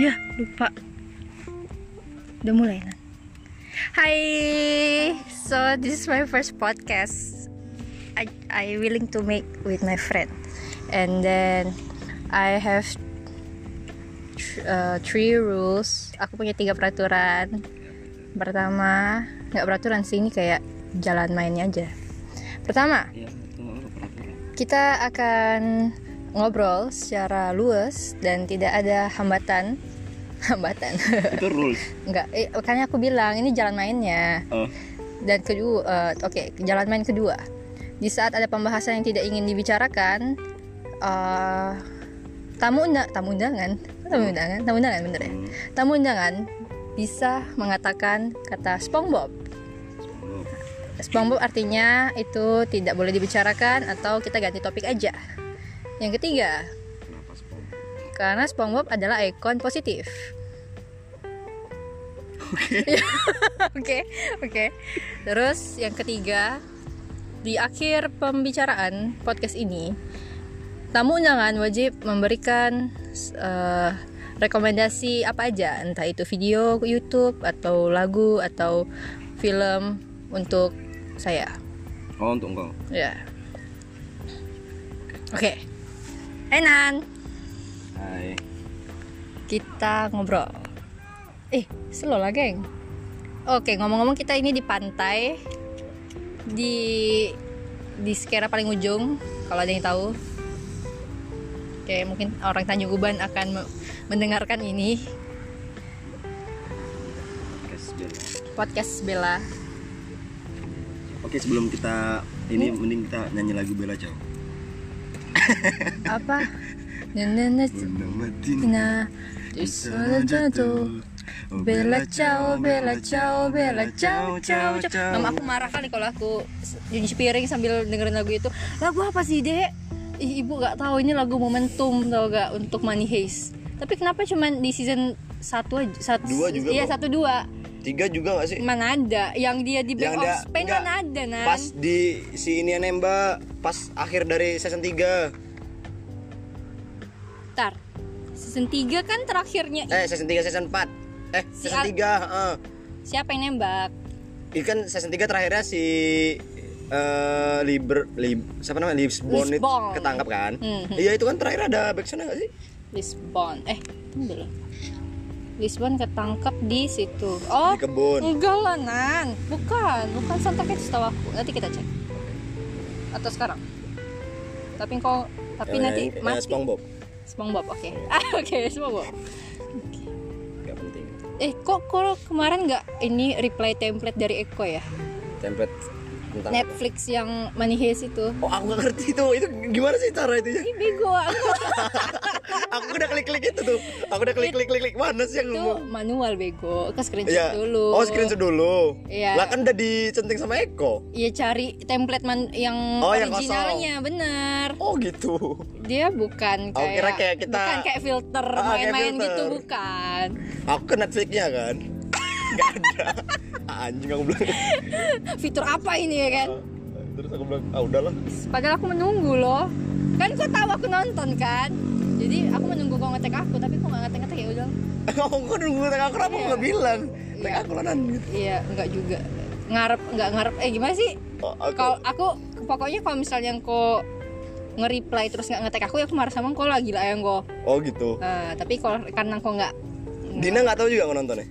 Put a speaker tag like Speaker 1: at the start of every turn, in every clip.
Speaker 1: Ya, lupa. Udah mulai, Nan. Hi. So, this is my first podcast. I I willing to make with my friend. And then I have th- uh, three rules. Aku punya tiga peraturan. Pertama, nggak peraturan sih ini kayak jalan mainnya aja. Pertama,
Speaker 2: Iya, itu peraturan.
Speaker 1: kita akan ngobrol secara luas dan tidak ada hambatan hambatan
Speaker 2: Itu rules.
Speaker 1: nggak eh, makanya aku bilang ini jalan mainnya
Speaker 2: Oh,
Speaker 1: dan kedua eh, oke jalan main kedua di saat ada pembahasan yang tidak ingin dibicarakan eh, tamu undang tamu undangan tamu undangan tamu undangan bener ya
Speaker 2: hmm.
Speaker 1: tamu undangan bisa mengatakan kata SpongeBob
Speaker 2: Oh,
Speaker 1: SpongeBob artinya itu tidak boleh dibicarakan atau kita ganti topik aja. Yang ketiga,
Speaker 2: kenapa sepuluh?
Speaker 1: karena SpongeBob adalah ikon positif. Oke, oke. Terus yang ketiga, di akhir pembicaraan podcast ini, tamu undangan kan, wajib memberikan eh, rekomendasi apa aja, entah itu video YouTube atau lagu atau film untuk saya.
Speaker 2: Oh, untuk engkau.
Speaker 1: Ya. Oke. Enan,
Speaker 2: Hai.
Speaker 1: kita ngobrol. Eh, slow lah, geng. Oke, ngomong-ngomong kita ini di pantai di di sekera paling ujung kalau ada yang tahu. Oke, mungkin orang Tanjung Uban akan me- mendengarkan ini
Speaker 2: Oke, sebelum-
Speaker 1: podcast Bella.
Speaker 2: Oke, sebelum kita ini mending kita nyanyi lagu Bella Ciao.
Speaker 1: Apa? Nenek Tina.
Speaker 3: Oh,
Speaker 1: Bella ciao, bella ciao, bella ciao, ciao, ciao. Mama aku marah kali kalau aku nyuci piring sambil dengerin lagu itu. Lagu apa sih, Dek? Ih, ibu gak tahu ini lagu momentum tau gak untuk Money Heist. Tapi kenapa cuman di season satu aja? Satu,
Speaker 2: Dua juga
Speaker 1: Iya,
Speaker 2: kok.
Speaker 1: satu dua.
Speaker 2: Tiga juga gak sih?
Speaker 1: Mana ada Eh. yang dia di
Speaker 2: Yang
Speaker 1: Bank of
Speaker 2: dia-
Speaker 1: Spain
Speaker 2: enggak.
Speaker 1: mana ada, Nan?
Speaker 3: pas di si ini nembak pas akhir dari season 3
Speaker 1: Ntar. Season 3 kan terakhirnya
Speaker 3: eh season 3 season 4 eh
Speaker 1: Si
Speaker 3: season
Speaker 1: Al-
Speaker 3: 3 heeh.
Speaker 1: siapa yang nembak?
Speaker 3: Ini kan season 3 terakhirnya si eh Liber Lib, siapa namanya Lisbon itu
Speaker 1: Lisbon.
Speaker 3: ketangkap kan
Speaker 1: Mhm.
Speaker 3: iya itu kan terakhir ada backsound gak sih
Speaker 1: Lisbon. Eh, ini dulu. Lisbon ketangkep di situ. Oh,
Speaker 3: di kebun
Speaker 1: Enggak lah Nan Bukan Bukan Santa Cat setahu aku Nanti kita cek Atau sekarang Tapi kau Tapi
Speaker 3: Eh,
Speaker 1: nanti
Speaker 3: eh,
Speaker 1: mati
Speaker 3: SpongeBob
Speaker 1: Spongebob oke ah, Oke Spongebob
Speaker 3: gak penting
Speaker 1: Eh kok kok kemarin nggak Ini reply template dari Eko ya
Speaker 3: template tentang
Speaker 1: Netflix yang Money Heist itu
Speaker 3: oh aku gak ngerti itu itu gimana sih cara itu ya?
Speaker 1: Ih bego Aku
Speaker 3: aku udah klik klik itu tuh aku udah klik klik klik klik mana sih yang
Speaker 1: itu
Speaker 3: ngomong?
Speaker 1: manual bego Ke screenshot
Speaker 3: Iya.
Speaker 1: dulu
Speaker 3: Oh, screenshot dulu.
Speaker 1: Iya.
Speaker 3: Lah kan udah dicenting sama Eko.
Speaker 1: Iya cari template man yang
Speaker 3: Oh, yang kosong.
Speaker 1: originalnya bener
Speaker 3: Oh, gitu.
Speaker 1: dia bukan kayak,
Speaker 3: Aku kira kayak kita-
Speaker 1: bukan kayak filter
Speaker 3: Ah, kayak
Speaker 1: main-main
Speaker 3: filter.
Speaker 1: gitu bukan
Speaker 3: Aku ke Netflix-nya kan. Gak ada. Ah, Anjing aku bilang.
Speaker 1: fitur apa ini ya kan
Speaker 3: Terus aku bilang, "Ah, udahlah."
Speaker 1: padahal aku menunggu loh kan kau tahu aku nonton kan jadi aku menunggu kau ngetek aku tapi kau nggak ngetek ngetek ya udah
Speaker 3: Aku kan nunggu tengah aku kenapa aku gak bilang? Tengah aku lanan gitu.
Speaker 1: iya nggak juga ngarep nggak ngarep eh gimana sih
Speaker 3: Oh, aku
Speaker 1: kalau aku pokoknya kalau misalnya kau nge-reply terus nggak ngetek aku ya aku marah sama kau lagi lah yang kau
Speaker 3: Oh, gitu.
Speaker 1: nah, tapi kalau karena kau nggak
Speaker 3: Dina gak tahu juga aku nontonnya.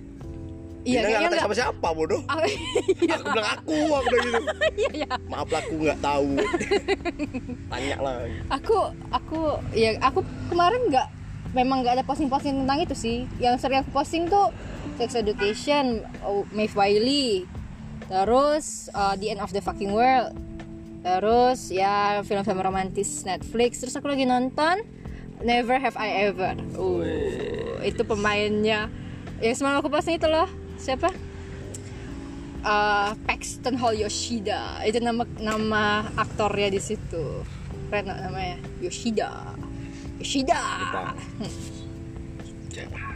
Speaker 1: iya
Speaker 3: Dina
Speaker 1: kayaknya
Speaker 3: gak
Speaker 1: nggak
Speaker 3: tahu sama siapa bodoh.
Speaker 1: Ah,
Speaker 3: Aku bilang aku, aku bilang gitu.
Speaker 1: iya iya
Speaker 3: Maaf lah aku gak tahu. Tanya lah.
Speaker 1: aku aku ya aku kemarin nggak memang nggak ada posting-posting tentang itu sih yang sering aku posting tuh sex education oh, Maeve Wiley terus uh, the end of the fucking world terus ya film-film romantis Netflix terus aku lagi nonton Never Have I Ever uh, itu pemainnya yang semalam aku posting itu loh siapa Uh, Paxton Hall Yoshida itu nama nama aktornya di situ keren nggak namanya Yoshida Yoshida
Speaker 3: Jepang.
Speaker 1: Hmm.
Speaker 3: Japan.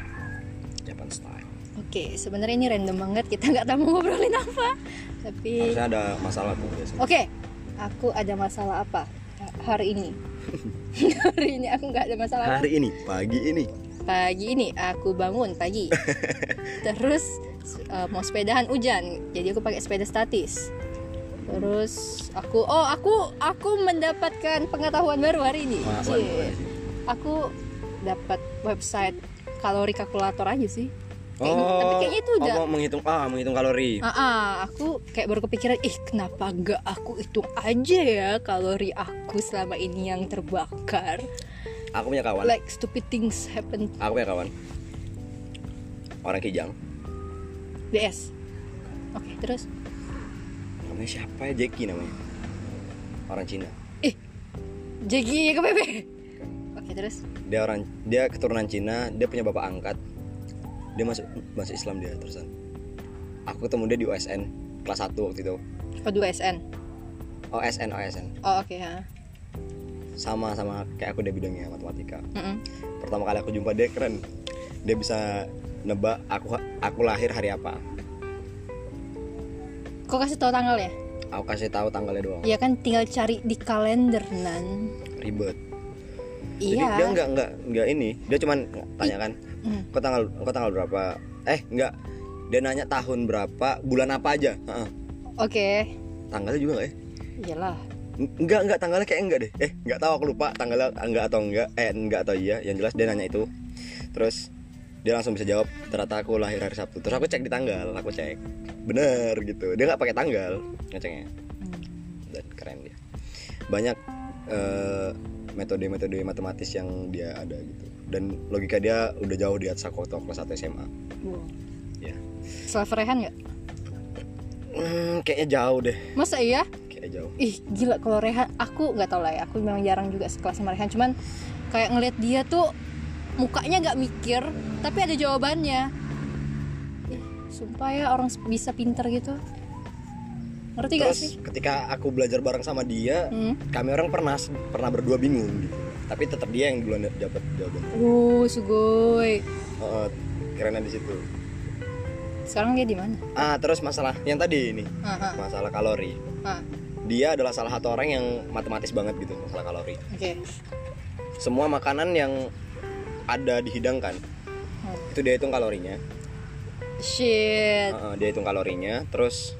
Speaker 3: Japan style.
Speaker 1: oke sebenarnya ini random banget kita nggak tahu mau ngobrolin apa tapi oke
Speaker 3: Harusnya ada masalah tuh biasanya.
Speaker 1: aku ada masalah apa hari ini hari ini aku nggak ada masalah apa
Speaker 3: Hari ini, pagi ini,
Speaker 1: pagi ini aku bangun pagi terus eh, mau sepedahan hujan jadi aku pakai sepeda statis terus aku oh aku aku mendapatkan pengetahuan baru hari ini
Speaker 3: Wah,
Speaker 1: Cie.
Speaker 3: wah, wah.
Speaker 1: aku dapat website kalori kalkulator aja sih Kayaknya-
Speaker 3: oh,
Speaker 1: tapi kayaknya itu udah
Speaker 3: oh, mau menghitung ah menghitung kalori
Speaker 1: Ah, ah, aku kayak baru kepikiran, ih kenapa nggak aku hitung aja ya kalori aku selama ini yang terbakar.
Speaker 3: aku punya kawan
Speaker 1: Like stupid things happen.
Speaker 3: aku punya kawan orang kijang
Speaker 1: BS. Oke, terus
Speaker 3: namanya siapa ya Jeki namanya orang Cina
Speaker 1: Jegi ke PP. Oke, terus
Speaker 3: dia orang dia keturunan Cina dia punya bapak angkat dia masuk masuk Islam dia terusan aku ketemu dia di OSN kelas 1 waktu itu
Speaker 1: oh 2SN.
Speaker 3: OSN OSN
Speaker 1: Oh, oke ha.
Speaker 3: sama sama kayak aku dia bidangnya matematika
Speaker 1: Mm-mm.
Speaker 3: pertama kali aku jumpa dia keren dia bisa nebak aku aku lahir hari apa
Speaker 1: Kok kasih tahu tanggal ya?
Speaker 3: aku kasih tahu tanggalnya doang
Speaker 1: Ya kan tinggal cari di kalender nan.
Speaker 3: ribet jadi
Speaker 1: Iya.
Speaker 3: dia nggak nggak nggak ini dia cuman tanya kan
Speaker 1: Mm.
Speaker 3: kok tanggal kok tanggal berapa eh nggak dia nanya tahun berapa bulan apa aja Heeh.
Speaker 1: Oke.
Speaker 3: tanggalnya juga nggak ya
Speaker 1: Iyalah.
Speaker 3: N- Enggak, enggak, tanggalnya kayak enggak deh Eh, enggak tahu aku lupa tanggalnya enggak atau enggak Eh, enggak atau iya Yang jelas dia nanya itu Terus dia langsung bisa jawab Ternyata aku lahir hari Sabtu Terus aku cek di tanggal, aku cek Bener gitu Dia nggak pakai tanggal ngeceknya Dan keren dia Banyak eh, metode-metode matematis yang dia ada gitu Dan logika dia udah jauh di atas aku waktu aku kelas 1 SMA
Speaker 1: Wow.
Speaker 3: Ya.
Speaker 1: Self rehan Hmm. nggak?
Speaker 3: Hmm, kayaknya jauh deh
Speaker 1: Masa iya?
Speaker 3: Kayaknya jauh
Speaker 1: ih gila kalau Rehan aku nggak tau lah ya aku memang jarang juga sekelas sama Rehan cuman kayak ngeliat dia tuh mukanya nggak mikir tapi ada jawabannya ih sumpah ya orang bisa pinter gitu ngerti Iya gak sih
Speaker 3: Terus ketika aku belajar bareng sama dia
Speaker 1: hmm?
Speaker 3: kami orang pernah pernah berdua bingung gitu. tapi tetap dia yang duluan dapat jawaban
Speaker 1: Wuh, sugoi
Speaker 3: Heeh, kerennya di situ
Speaker 1: sekarang dia di mana
Speaker 3: ah terus masalah yang tadi ini
Speaker 1: Ah, ah,
Speaker 3: masalah kalori
Speaker 1: ah.
Speaker 3: dia adalah salah satu orang yang matematis banget gitu masalah kalori
Speaker 1: oke
Speaker 3: semua makanan yang ada dihidangkan
Speaker 1: Hmm.
Speaker 3: itu dia hitung kalorinya
Speaker 1: shit
Speaker 3: Heeh, dia hitung kalorinya terus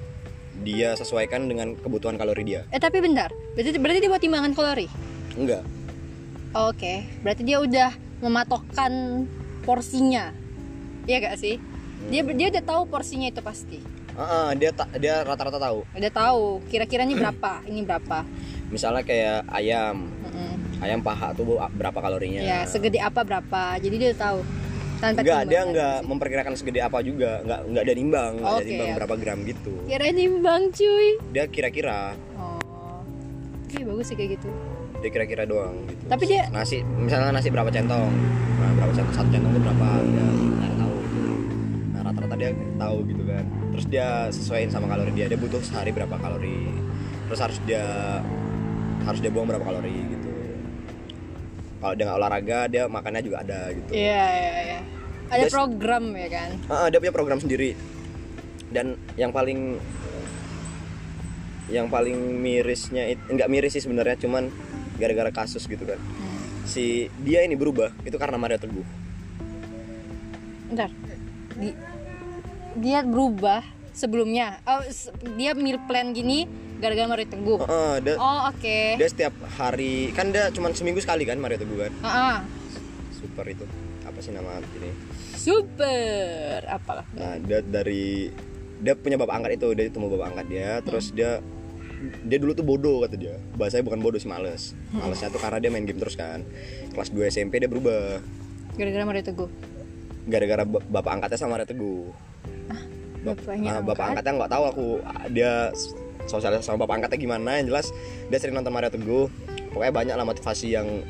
Speaker 3: dia sesuaikan dengan kebutuhan kalori dia
Speaker 1: eh tapi bentar berarti berarti dia buat timbangan kalori
Speaker 3: enggak
Speaker 1: oke berarti dia udah mematokkan porsinya iya gak sih dia dia udah tahu porsinya itu pasti
Speaker 3: Heeh, dia ta- dia rata-rata tahu
Speaker 1: udah tahu kira-kiranya berapa ini berapa
Speaker 3: misalnya kayak ayam
Speaker 1: Mm-mm.
Speaker 3: ayam paha tuh berapa kalorinya
Speaker 1: ya segede apa berapa jadi dia udah tahu tanpa
Speaker 3: Enggak, dia
Speaker 1: timbangan.
Speaker 3: enggak memperkirakan segede apa juga, enggak enggak ada nimbang, enggak ada
Speaker 1: Oke,
Speaker 3: nimbang
Speaker 1: oke.
Speaker 3: berapa gram gitu.
Speaker 1: kira nimbang cuy
Speaker 3: Dia kira-kira,
Speaker 1: oh Oke, bagus sih kayak gitu
Speaker 3: dia kira-kira doang gitu.
Speaker 1: tapi dia
Speaker 3: Nasi, misalnya nasi berapa centong? Nah, berapa centong? Satu centong itu berapa? Dia nggak tahu. gitu. Nah, rata-rata dia tahu gitu kan. Terus dia sesuaiin sama kalori dia. Dia butuh sehari berapa kalori. Terus harus dia harus dia buang berapa kalori gitu. Kalau dia nggak olahraga, dia makannya juga ada gitu.
Speaker 1: iya iya iya ada
Speaker 3: Terus-
Speaker 1: program ya kan
Speaker 3: Ah, dia punya program sendiri. Dan yang paling yang paling mirisnya it- nggak miris sih sebenarnya cuman gara-gara kasus gitu kan.
Speaker 1: Hmm.
Speaker 3: Si dia ini berubah itu karena Mario Teguh.
Speaker 1: bentar Di- dia berubah sebelumnya oh, se- dia meal plan gini gara-gara Mario Teguh
Speaker 3: Ah, ah, dia,
Speaker 1: oh oke
Speaker 3: dia setiap hari kan dia cuman seminggu sekali kan Mario Teguh kan.
Speaker 1: Ah, ah.
Speaker 3: Super itu apa sih nama ini?
Speaker 1: super apalah
Speaker 3: Nah, dia dari dia punya bapak angkat itu, dia ketemu bapak angkat dia, terus dia dia dulu tuh bodoh kata dia. Bahasanya bukan bodoh sih males. Malesnya tuh karena dia main game terus kan. Kelas 2 SMP dia berubah.
Speaker 1: gara-gara Mario Teguh
Speaker 3: gara-gara ba- bapak angkatnya sama Ratu Teguh. Bap-
Speaker 1: bapaknya
Speaker 3: ah, bapak
Speaker 1: angkat?
Speaker 3: angkatnya nggak tahu aku ah, dia s- sosialis sama bapak angkatnya gimana yang jelas dia sering nonton Mario Teguh pokoknya banyak lah motivasi yang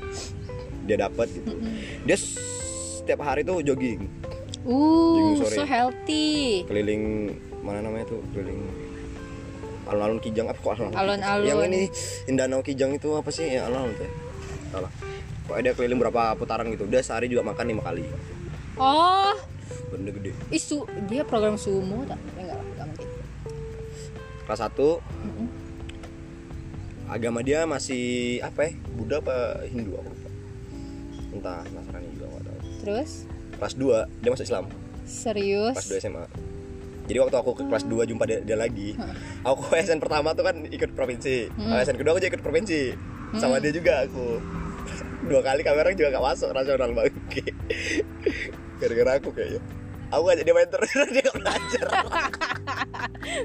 Speaker 3: dia dapat gitu dia s- setiap hari tuh jogging
Speaker 1: uh
Speaker 3: Jenguk sore.
Speaker 1: so healthy
Speaker 3: keliling mana namanya tuh keliling alun-alun Kijang apa kok alun-alun
Speaker 1: Alun-alun.
Speaker 3: yang ini Indanau Kijang itu apa sih ya alun-alun tuh ya? Nggak lah pokoknya dia keliling berapa putaran gitu dia sehari juga makan lima kali
Speaker 1: Oh,
Speaker 3: benda gede
Speaker 1: isu dia program sumo tak? Ya, enggak lah, enggak mungkin.
Speaker 3: kelas 1
Speaker 1: Mm-mm.
Speaker 3: agama dia masih apa ya Buddha apa Hindu aku lupa entah Nasrani juga nggak tahu
Speaker 1: Terus
Speaker 3: kelas 2 dia masuk Islam
Speaker 1: serius
Speaker 3: kelas 2 SMA jadi waktu aku ke kelas 2 jumpa dia, dia lagi aku ASN pertama tuh kan ikut provinsi ASN kedua aku juga ikut provinsi sama dia juga aku dua kali kamera juga gak masuk nasional banget gara-gara aku kayaknya aku ngajak dia main terus dia gak belajar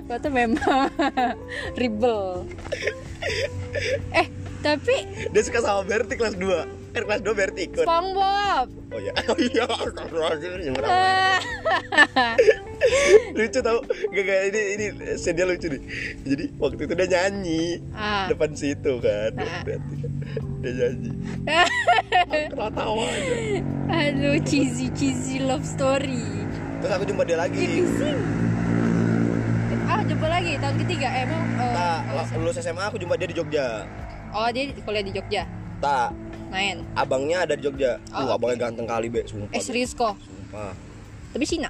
Speaker 1: Kau tuh memang ribel eh tapi
Speaker 3: dia suka sama Berti kelas 2 kan kelas 2 Berti ikut
Speaker 1: SpongeBob
Speaker 3: oh iya oh iya astagfirullahaladzim ya
Speaker 1: Ah.
Speaker 3: lucu tau gak gak ini ini sedih lucu nih jadi waktu itu dia nyanyi
Speaker 1: Ah.
Speaker 3: depan situ kan
Speaker 1: Ah.
Speaker 3: Berarti kan. dia nyanyi Aku tawa aja
Speaker 1: aduh cheesy cheesy love story
Speaker 3: terus aku jumpa dia lagi
Speaker 1: Bising. ah jumpa lagi tahun ketiga Eh, emang eh,
Speaker 3: tak
Speaker 1: oh,
Speaker 3: la- lulus SMA aku jumpa dia di Jogja
Speaker 1: oh dia kuliah di Jogja
Speaker 3: tak
Speaker 1: main
Speaker 3: abangnya ada di Jogja
Speaker 1: Oh,
Speaker 3: Wah, abangnya ganteng kali be sumpah
Speaker 1: eh serius kok
Speaker 3: Sumpah.
Speaker 1: tapi Cina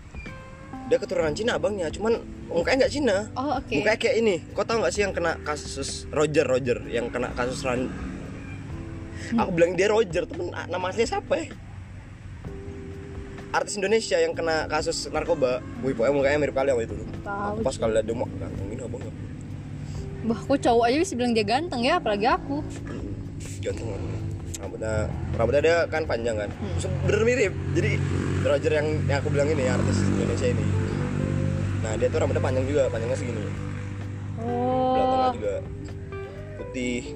Speaker 3: dia keturunan Cina abangnya cuman mukanya nggak Cina
Speaker 1: oh oke
Speaker 3: Mukanya kayak ini, kau tahu nggak sih yang kena kasus Roger Roger yang kena kasus Ran.
Speaker 1: Hmm.
Speaker 3: Aku bilang dia Roger, temen ah, nama aslinya siapa ya? Artis Indonesia yang kena kasus narkoba. Wih, pokoknya mukanya mirip kali sama itu.
Speaker 1: Tahu.
Speaker 3: Aku pas kalau lihat dia mau ganteng ini abang ya.
Speaker 1: Bah, kok cowok aja bisa bilang dia ganteng ya, apalagi aku.
Speaker 3: Mm, Ganteng abangnya. Rambutnya, rambutnya dia kan panjang kan.
Speaker 1: Hmm.
Speaker 3: Terus Bener mirip. Jadi Roger yang yang aku bilang ini artis Indonesia ini. Nah dia tuh rambutnya panjang juga, panjangnya segini. belah tengah
Speaker 1: Oh.
Speaker 3: juga putih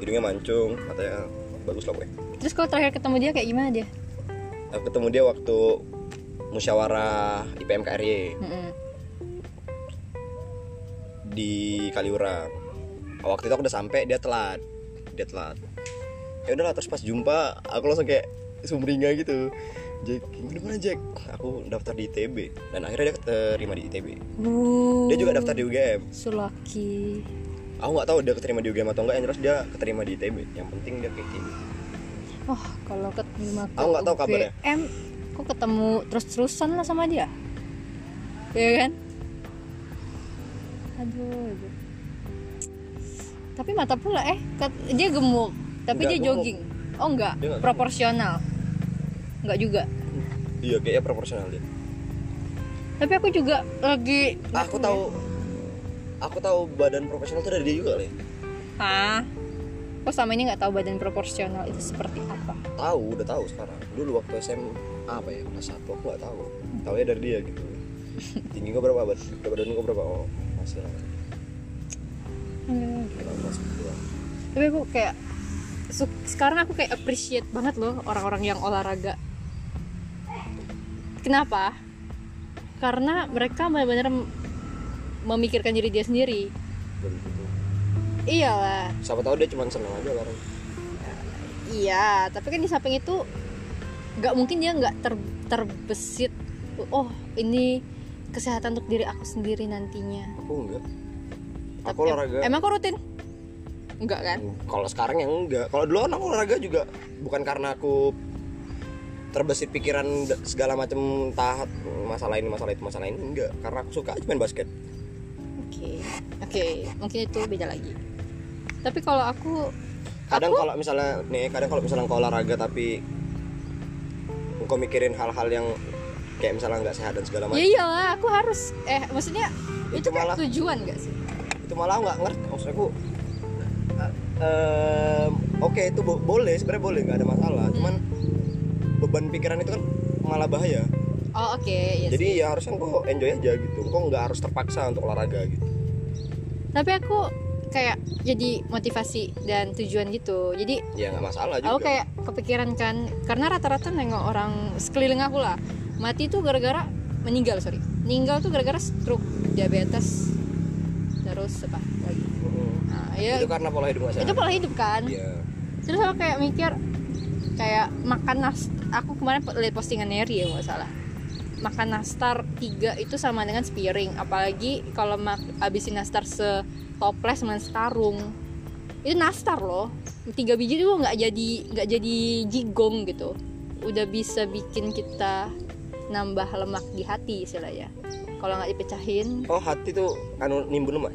Speaker 3: hidungnya mancung matanya bagus lah pokoknya
Speaker 1: Terus kalau terakhir ketemu dia kayak gimana dia?
Speaker 3: aku ketemu dia waktu musyawarah IPM KRY
Speaker 1: Mm-mm.
Speaker 3: di Kaliurang waktu itu aku udah sampai dia telat dia telat ya udahlah terus pas jumpa aku langsung kayak sumringah gitu Jack gimana Jack aku daftar di ITB dan akhirnya dia keterima di ITB
Speaker 1: Uh,
Speaker 3: dia juga daftar di UGM
Speaker 1: Sulaki.
Speaker 3: aku nggak tahu dia keterima di UGM atau enggak yang jelas dia keterima di ITB yang penting dia ke ITB
Speaker 1: Oh, kalau ketemu
Speaker 3: Aku nggak tahu kabarnya.
Speaker 1: UGM, kok ketemu terus-terusan lah sama dia? Iya kan? Aduh. aduh. Tapi mata pula eh kat- dia gemuk, tapi
Speaker 3: Nggak
Speaker 1: dia
Speaker 3: gemuk.
Speaker 1: jogging. Oh enggak,
Speaker 3: Dia nggak gemuk.
Speaker 1: proporsional. Enggak juga.
Speaker 3: iya kayaknya proporsional dia
Speaker 1: Tapi aku juga lagi
Speaker 3: aku tahu aku tahu badan profesional tuh dari dia juga nih
Speaker 1: Hah? Kok sama ini nggak tahu badan proporsional itu seperti apa?
Speaker 3: tahu udah tahu sekarang dulu waktu SMA apa ya kelas satu aku nggak tahu tahu ya dari dia gitu tinggi gua berapa bad berat badan gua berapa oh masih lah
Speaker 1: Aduh.
Speaker 3: 18 gitu lah.
Speaker 1: Tapi aku kayak su- sekarang aku kayak appreciate banget loh orang-orang yang olahraga. Kenapa? Karena mereka benar-benar mem- memikirkan diri dia sendiri.
Speaker 3: Dari gitu
Speaker 1: Iyalah,
Speaker 3: siapa tahu dia cuma seneng aja orang
Speaker 1: iya. Tapi kan di samping itu nggak mungkin dia nggak ter- terbesit. Oh, ini kesehatan untuk diri aku sendiri nantinya.
Speaker 3: aku enggak aku
Speaker 1: Em-
Speaker 3: olahraga
Speaker 1: Emang kau rutin? Enggak kan?
Speaker 3: kalau sekarang yang enggak kalau dulu kan aku olahraga juga bukan karena aku terbesit pikiran d- segala macam tahap masalah ini masalah itu masalah ini enggak karena aku suka aja main basket
Speaker 1: Oke. Oke, mungkin itu beda lagi. Tapi kalau aku
Speaker 3: kadang
Speaker 1: aku
Speaker 3: kalau misalnya nih kadang kalau misalnya engkau olahraga tapi engkau mikirin hal-hal yang kayak misalnya nggak sehat dan segala
Speaker 1: Ya
Speaker 3: macam
Speaker 1: iyalah, aku harus eh maksudnya itu,
Speaker 3: Itu
Speaker 1: kayak
Speaker 3: malah-
Speaker 1: tujuan gak sih?
Speaker 3: itu malah nggak ngerti maksud aku eh, em, oke itu bo- boleh sebenarnya boleh nggak ada masalah
Speaker 1: Hmm.
Speaker 3: cuman beban pikiran itu kan malah bahaya
Speaker 1: Oh, oke, iya sih.
Speaker 3: jadi ya harusnya engkau enjoy aja gitu engkau nggak harus terpaksa untuk olahraga gitu
Speaker 1: Tapi aku kayak jadi motivasi dan tujuan gitu. Jadi
Speaker 3: ya nggak masalah juga
Speaker 1: aku kayak kepikiran kan karena rata-rata nengok orang sekeliling aku lah mati tuh gara-gara meninggal sorry meninggal tuh gara-gara stroke diabetes terus apa lagi
Speaker 3: Mm.
Speaker 1: nah, ya
Speaker 3: itu karena pola hidup nggak sehat
Speaker 1: itu pola hidup kan
Speaker 3: Iya.
Speaker 1: terus aku kayak mikir kayak makan nas- aku kemarin pe- lihat postingan Neri ya nggak salah makan nastar tiga itu sama dengan sepiring apalagi kalau mak- abisin nastar setoples sama sekarung itu nastar loh tiga biji itu nggak jadi nggak jadi jigong gitu udah bisa bikin kita nambah lemak di hati istilahnya kalau nggak dipecahin
Speaker 3: oh hati tuh anu nimbun lemak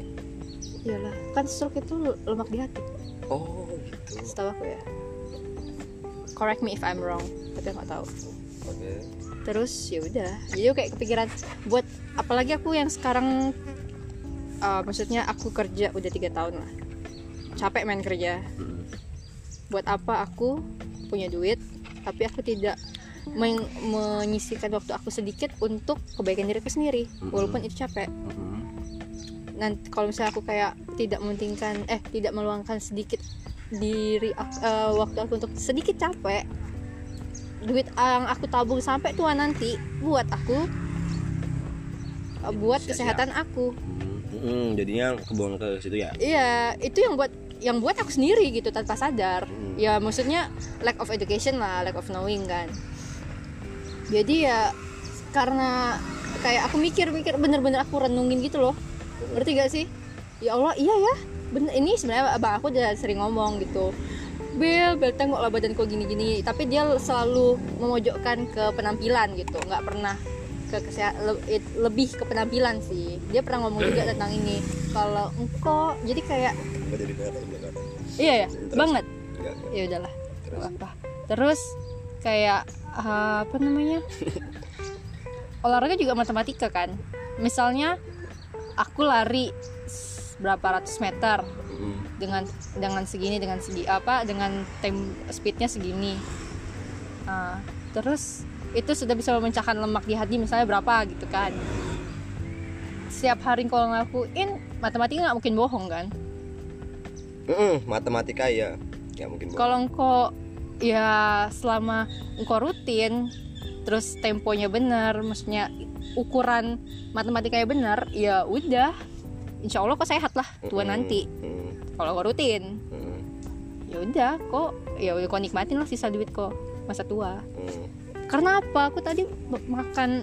Speaker 1: iyalah kan stroke itu lemak di hati
Speaker 3: oh gitu
Speaker 1: setahu aku ya correct me if I'm wrong tapi aku nggak tahu
Speaker 3: oke
Speaker 1: terus ya udah jadi aku kayak kepikiran buat apalagi aku yang sekarang uh, maksudnya aku kerja udah tiga tahun lah capek main kerja buat apa aku punya duit tapi aku tidak men- menyisihkan waktu aku sedikit untuk kebaikan diriku sendiri
Speaker 2: Mhm.
Speaker 1: walaupun itu capek nanti kalau misalnya aku kayak tidak mementingkan eh tidak meluangkan sedikit diri ak- eh, waktu aku untuk sedikit capek duit yang aku tabung sampai tua nanti buat aku eh, buat
Speaker 2: Sia-sia.
Speaker 1: kesehatan aku
Speaker 3: Mm, jadinya kebuang ke situ ya
Speaker 1: iya itu yang buat yang buat aku sendiri gitu tanpa sadar
Speaker 3: Hmm.
Speaker 1: ya maksudnya lack of education lah lack of knowing kan jadi ya karena kayak aku mikir-mikir bener-bener aku renungin gitu loh ngerti gak sih ya Allah iya ya bener ini sebenarnya abang aku udah sering ngomong gitu Bel, Bel tengoklah badanku gini-gini Tapi dia selalu memojokkan ke penampilan gitu Nggak pernah ke kesehat, le- it- lebih ke penampilan sih Dia pernah ngomong juga tentang ini Kalau engkau, jadi kayak
Speaker 3: nggak jadi gitu. kelihatan belakang
Speaker 1: Iya ya,
Speaker 3: Terus?
Speaker 1: banget.
Speaker 3: Nggak.
Speaker 1: Ya udahlah. Terus apa? Terus kayak uh, apa namanya? Olahraga juga matematika kan. Misalnya aku lari s- berapa ratus meter
Speaker 3: Mm.
Speaker 1: dengan dengan segini dengan segi apa dengan time speednya segini. Uh, terus itu sudah bisa memecahkan lemak di hati misalnya berapa gitu kan. Setiap hari kalau ngelakuin matematika nggak mungkin bohong kan.
Speaker 3: Mm-mm, matematika ya nggak mungkin bohong.
Speaker 1: kalau engkau ya selama engkau rutin terus temponya benar maksudnya ukuran matematikanya benar ya udah insya Allah kok sehat lah tua
Speaker 3: Mm-mm.
Speaker 1: nanti
Speaker 3: Mm,
Speaker 1: kalau kau rutin
Speaker 3: mm,
Speaker 1: ya udah kok ya udah kau nikmatin lah sisa duit kok masa tua
Speaker 3: mm.
Speaker 1: karena apa aku tadi ma- makan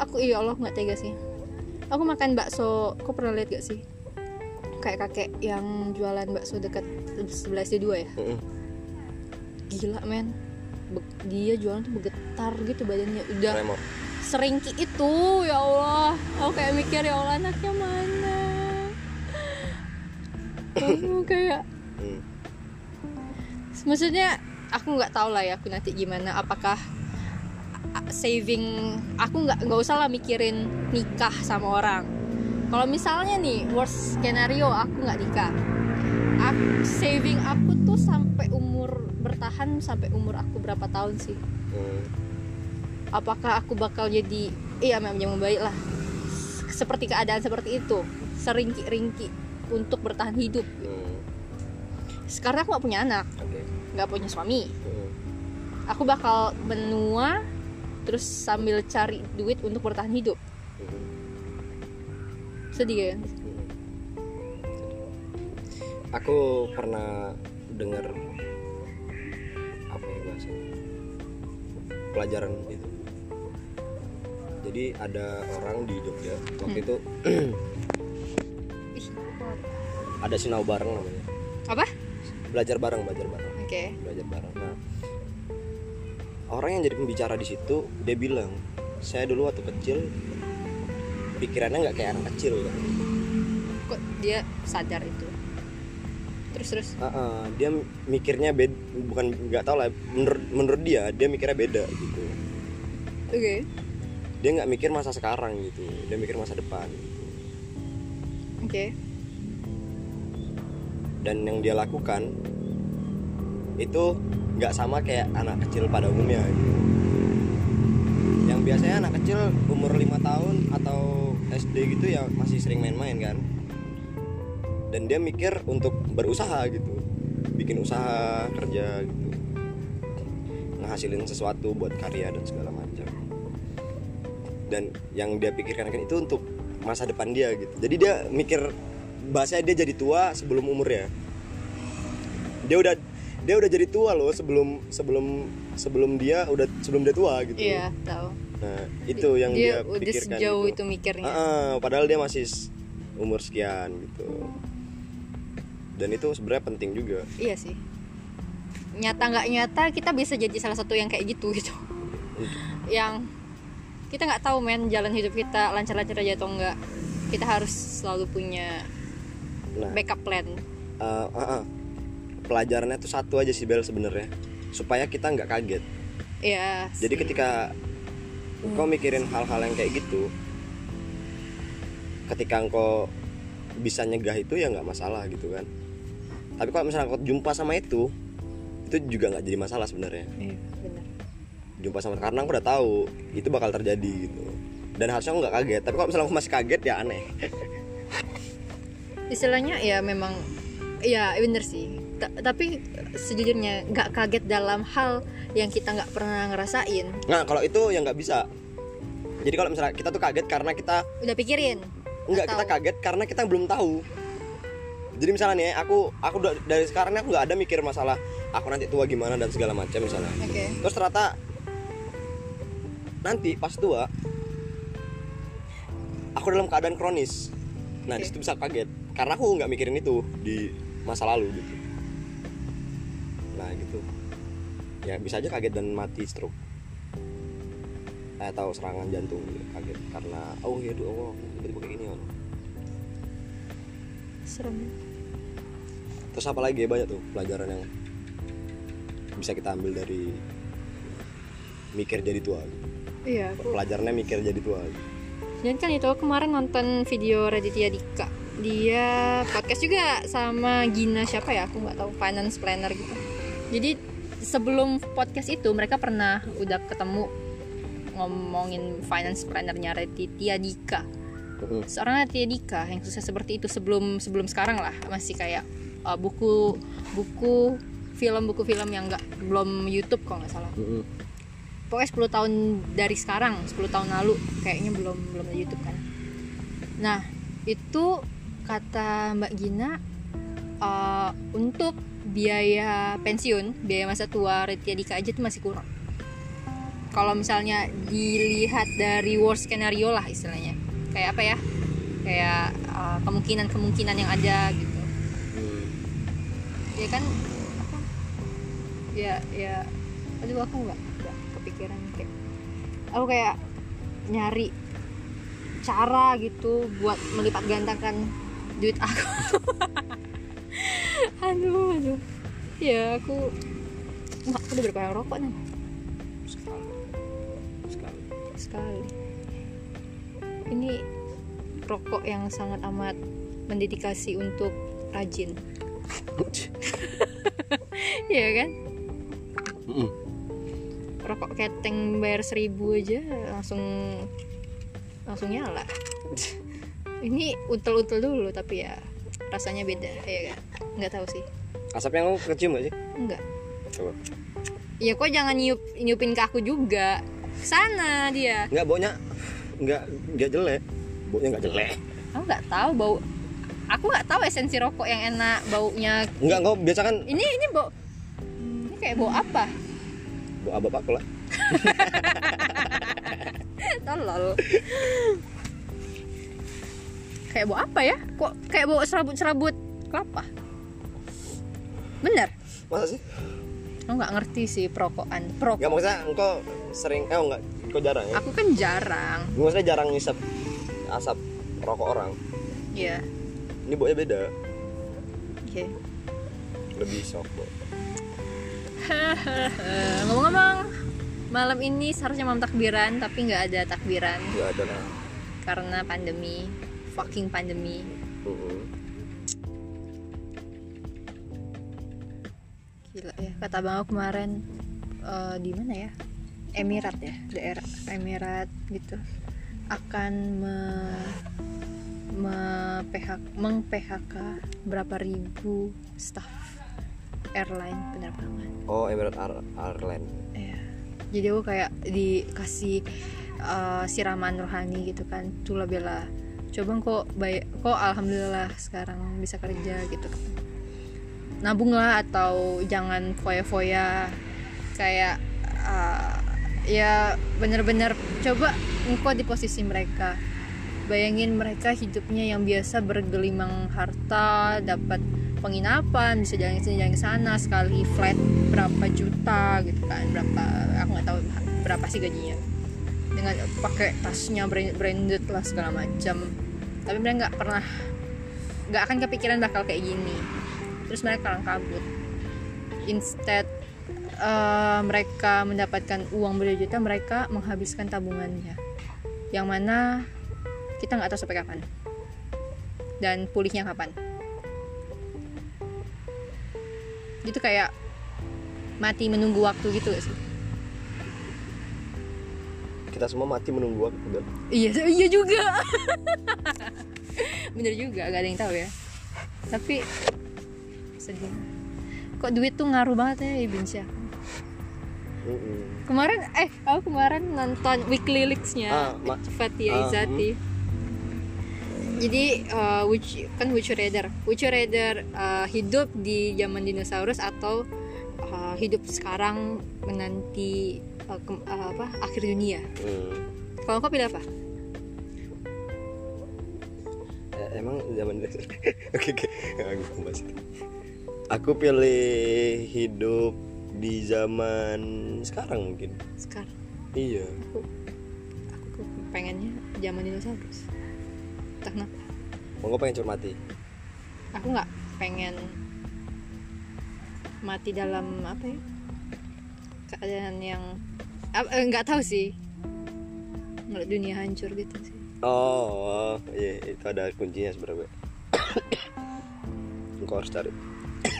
Speaker 1: aku iya Allah nggak tega sih aku makan bakso kau pernah lihat gak sih kayak kakek yang jualan bakso dekat sebelah SD 2 ya
Speaker 3: Mm-mm.
Speaker 1: gila men Be- dia jualan tuh bergetar gitu badannya udah
Speaker 3: Tremor.
Speaker 1: seringki itu ya Allah aku kayak mikir ya Allah anaknya mana aku kayak
Speaker 3: Mm.
Speaker 1: maksudnya aku nggak tahu lah ya aku nanti gimana apakah a- saving aku nggak nggak usah lah mikirin nikah sama orang kalau misalnya nih worst skenario aku nggak nikah aku, saving aku tuh sampai umur bertahan sampai umur aku berapa tahun sih
Speaker 3: Mm.
Speaker 1: apakah aku bakal jadi iya memang yang baik lah seperti keadaan seperti itu seringki-ringki untuk bertahan hidup
Speaker 3: Mm.
Speaker 1: sekarang aku gak punya anak
Speaker 3: Oke.
Speaker 1: nggak punya suami
Speaker 3: Mm.
Speaker 1: aku bakal menua terus sambil cari duit untuk bertahan hidup
Speaker 3: Mm.
Speaker 1: sedih ya
Speaker 3: Mm. Aku pernah dengar apa ya bahasanya pelajaran itu. Jadi ada orang di Jogja
Speaker 1: Hmm.
Speaker 3: waktu itu
Speaker 1: Ih,
Speaker 3: ada sinau bareng namanya.
Speaker 1: apa
Speaker 3: Belajar bareng, belajar bareng,
Speaker 1: oke
Speaker 3: belajar bareng. Nah, orang yang jadi pembicara di situ dia bilang, saya dulu waktu kecil pikirannya nggak kayak anak kecil. Kan?
Speaker 1: kok dia sadar itu terus terus
Speaker 3: Heeh, dia mikirnya beda bukan nggak tahu lah menurut menurut dia dia mikirnya beda gitu
Speaker 1: oke
Speaker 3: dia nggak mikir masa sekarang gitu dia mikir masa depan
Speaker 1: oke
Speaker 3: dan yang dia lakukan itu nggak sama kayak anak kecil pada umumnya gitu. yang biasanya anak kecil umur 5 tahun atau SD gitu ya masih sering main-main kan dan dia mikir untuk berusaha gitu bikin usaha kerja gitu ngehasilin sesuatu buat karya dan segala macam dan yang dia pikirkan kan itu untuk masa depan dia gitu jadi dia mikir bahasanya dia jadi tua sebelum umurnya dia udah dia udah jadi tua loh sebelum sebelum sebelum dia udah sebelum dia tua gitu
Speaker 1: iya tahu
Speaker 3: nah itu yang dia,
Speaker 1: udah
Speaker 3: pikirkan
Speaker 1: sejauh itu
Speaker 3: gitu.
Speaker 1: mikirnya
Speaker 3: Ah, ah, padahal dia masih s- umur sekian gitu dan itu sebenarnya penting juga
Speaker 1: iya sih nyata nggak nyata kita bisa jadi salah satu yang kayak gitu gitu yang kita nggak tahu men jalan hidup kita lancar-lancar aja atau enggak kita harus selalu punya
Speaker 3: nah
Speaker 1: backup plan
Speaker 3: eh, ah, ah. pelajarannya tuh satu aja sih Bel sebenarnya supaya kita nggak kaget
Speaker 1: ya
Speaker 3: jadi ketika
Speaker 1: Hmm.
Speaker 3: kau mikirin hal-hal yang kayak gitu ketika engkau bisa nyegah itu ya nggak masalah gitu kan tapi kalau misalnya kau jumpa sama itu itu juga nggak jadi masalah sebenarnya
Speaker 1: Iya, benar.
Speaker 3: jumpa sama karena aku udah tahu itu bakal terjadi gitu dan harusnya aku nggak kaget tapi kalau misalnya aku masih kaget ya aneh
Speaker 1: Istilahnya ya memang ya bener sih. Ta- tapi sejujurnya nggak kaget dalam hal yang kita nggak pernah ngerasain.
Speaker 3: nah kalau itu yang nggak bisa jadi kalau misalnya kita tuh kaget karena kita
Speaker 1: Udah pikirin?
Speaker 3: nggak
Speaker 1: Atau-
Speaker 3: kita kaget karena kita belum tahu jadi misalnya nih aku aku udah- dari sekarang nih aku nggak ada mikir masalah aku nanti tua gimana dan segala macam misalnya
Speaker 1: Oke.
Speaker 3: terus ternyata nanti pas tua aku dalam keadaan kronis nah
Speaker 1: Oke.
Speaker 3: disitu bisa kaget karena aku nggak mikirin itu di masa lalu gitu nah gitu ya bisa aja kaget dan mati stroke atau serangan jantung gitu, kaget karena oh ya aduh Allah tiba-tiba kayak gini Allah."
Speaker 1: Serem.
Speaker 3: terus apa lagi ya? banyak tuh pelajaran yang bisa kita ambil dari mikir jadi tua gitu.
Speaker 1: Iya, aku
Speaker 3: pelajarannya mikir jadi tua
Speaker 1: Dan kan itu aku kemarin nonton video Raditya Dika. Dia podcast juga sama Gina siapa ya? Aku nggak tahu finance planner gitu. Jadi sebelum podcast itu mereka pernah udah ketemu ngomongin finance plannernya Raditya Dika. Seorang Raditya Dika yang sukses seperti itu sebelum sebelum sekarang lah masih kayak uh, buku buku film buku film yang nggak belum YouTube kalau nggak salah pokoknya 10 tahun dari sekarang 10 tahun lalu kayaknya belum belum ada YouTube kan nah itu kata Mbak Gina eh, untuk biaya pensiun biaya masa tua Raditya Dika aja tuh masih kurang kalau misalnya dilihat dari worst scenario lah istilahnya kayak apa ya kayak eh, kemungkinan-kemungkinan yang ada gitu ya kan apa? ya ya aduh aku nggak nggak kepikiran kayak aku kayak nyari cara gitu buat melipat gandakan duit aku aduh aduh ya aku Wah, aku udah berapa yang rokok nih
Speaker 3: sekali sekali
Speaker 1: sekali ini rokok yang sangat amat mendedikasi untuk rajin ya kan rokok keteng bayar seribu aja langsung langsung nyala ini utel-utel dulu tapi ya rasanya beda ya kan nggak tahu sih
Speaker 3: asapnya kamu kecium gak sih
Speaker 1: nggak
Speaker 3: coba
Speaker 1: ya kok jangan nyiup nyiupin ke aku juga sana dia
Speaker 3: nggak baunya nggak nggak jelek baunya nggak jelek
Speaker 1: aku nggak tahu bau aku nggak tahu esensi rokok yang enak baunya
Speaker 3: nggak kau biasa kan
Speaker 1: ini ini bau ini kayak bau apa
Speaker 3: bau abah pak lah
Speaker 1: tolol kayak bau apa ya kok kayak bau serabut-serabut kelapa bener
Speaker 3: masa sih
Speaker 1: aku nggak ngerti sih perokokan perokok
Speaker 3: nggak maksudnya engkau sering eh nggak engkau jarang ya
Speaker 1: aku kan jarang
Speaker 3: maksudnya jarang ngisap asap rokok orang
Speaker 1: ya
Speaker 3: ini baunya beda
Speaker 1: oke
Speaker 3: lebih sok
Speaker 1: Eh, ngomong-ngomong malam ini seharusnya malam takbiran tapi nggak ada takbiran
Speaker 3: nggak ada lah
Speaker 1: karena pandemi fucking pandemi
Speaker 3: Mm-mm.
Speaker 1: gila ya kata bang aku kemarin eh, di mana ya Emirat ya daerah Emirat gitu akan me, me PHK, meng PHK berapa ribu staff airline penerbangan
Speaker 3: oh Emirates Ar- Airline
Speaker 1: ya jadi aku kayak dikasih eh, siraman rohani gitu kan tula bela coba kok baik kok alhamdulillah sekarang bisa kerja gitu kan nabunglah atau jangan foya-foya kayak eh, ya bener-bener coba engkau di posisi mereka bayangin mereka hidupnya yang biasa bergelimang harta dapat penginapan bisa jalan ke sini jalan ke sana sekali flat berapa juta gitu kan berapa aku nggak tahu berapa sih gajinya dengan pakai tasnya brand- branded lah segala macam tapi mereka nggak pernah nggak akan kepikiran bakal kayak gini terus mereka kalang kabut instead eh, mereka mendapatkan uang berjuta-juta mereka menghabiskan tabungannya yang mana kita nggak tahu sampai kapan dan pulihnya kapan itu kayak mati menunggu waktu gitu gak sih
Speaker 3: kita semua mati menunggu waktu Bel.
Speaker 1: Iya, iya juga. Bener juga, gak ada yang tahu ya. Tapi sedih. Kok duit tuh ngaruh banget ya, Ibin Syah.
Speaker 3: Mm-mm.
Speaker 1: Kemarin, eh, aku kemarin nonton Weekly Leaks-nya
Speaker 3: Ah, ma-
Speaker 1: Fathia
Speaker 3: ah,
Speaker 1: Izati. Jadi eh, Wuch- kan Wuchu Raider, Wuchu Raider eh, hidup di zaman dinosaurus atau eh, hidup sekarang menanti eh, ke- eh, apa akhir dunia.
Speaker 3: Mm.
Speaker 1: Kalau kau pilih apa?
Speaker 3: Eh, emang zaman dulu oke oke Nah, gua bahas itu. aku pilih hidup di zaman sekarang mungkin
Speaker 1: Sekarang.
Speaker 3: iya
Speaker 1: aku aku pengennya zaman dinosaurus entah kenapa
Speaker 3: mau pengen cuma mati
Speaker 1: aku nggak pengen mati dalam apa ya keadaan yang ap- eh, nggak tahu sih ngeliat dunia hancur gitu sih
Speaker 3: oh iya itu ada kuncinya sebenarnya engkau harus cari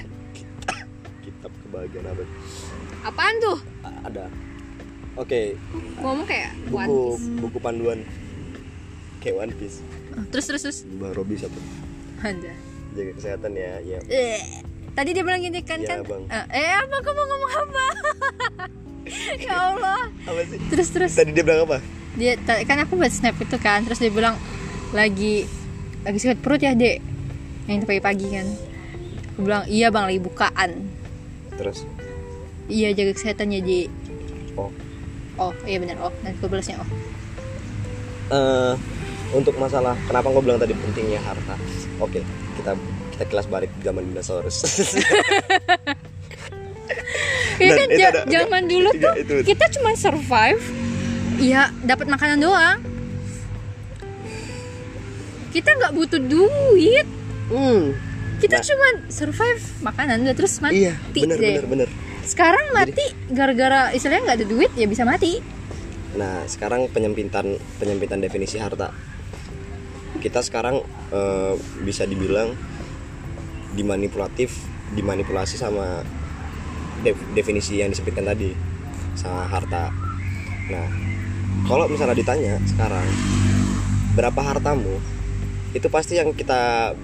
Speaker 3: Kitab- kitab kebahagiaan apa
Speaker 1: apaan tuh
Speaker 3: A- ada oke
Speaker 1: ngomong kayak One
Speaker 3: buku
Speaker 1: Piece.
Speaker 3: buku panduan kayak One Piece
Speaker 1: Oh, terus terus terus
Speaker 3: Mbak Robi satu
Speaker 1: ada
Speaker 3: jaga kesehatan ya ya
Speaker 1: Eh, tadi dia bilang gini kan kan
Speaker 3: Iya, Bang.
Speaker 1: eh, eh apa kamu mau ngomong apa ya allah
Speaker 3: apa sih
Speaker 1: terus terus
Speaker 3: tadi dia bilang apa
Speaker 1: dia ta- kan aku buat snap itu kan terus dia bilang lagi lagi sakit perut ya dek yang itu pagi-pagi kan aku bilang iya bang lagi bukaan
Speaker 3: terus
Speaker 1: iya jaga kesehatan ya dek
Speaker 3: oh
Speaker 1: oh iya benar oh nanti aku balasnya oh
Speaker 3: eh untuk masalah kenapa gue bilang tadi pentingnya harta oke kita kita kelas balik zaman dinosaurus
Speaker 1: iya
Speaker 3: Dan
Speaker 1: kan
Speaker 3: itu
Speaker 1: ja-
Speaker 3: ada-
Speaker 1: zaman dulu tuh
Speaker 3: Iya, itu.
Speaker 1: kita cuma survive iya dapat makanan doang kita nggak butuh duit
Speaker 3: hmm,
Speaker 1: kita
Speaker 3: Nah.
Speaker 1: cuma survive makanan udah terus mati
Speaker 3: iya bener
Speaker 1: deh.
Speaker 3: bener bener
Speaker 1: sekarang mati gara-gara istilahnya nggak ada duit ya bisa mati
Speaker 3: nah sekarang penyempitan penyempitan definisi harta kita sekarang eh, bisa dibilang dimanipulatif dimanipulasi sama def- definisi yang disebutkan tadi sama harta nah kalau misalnya ditanya sekarang berapa hartamu itu pasti yang kita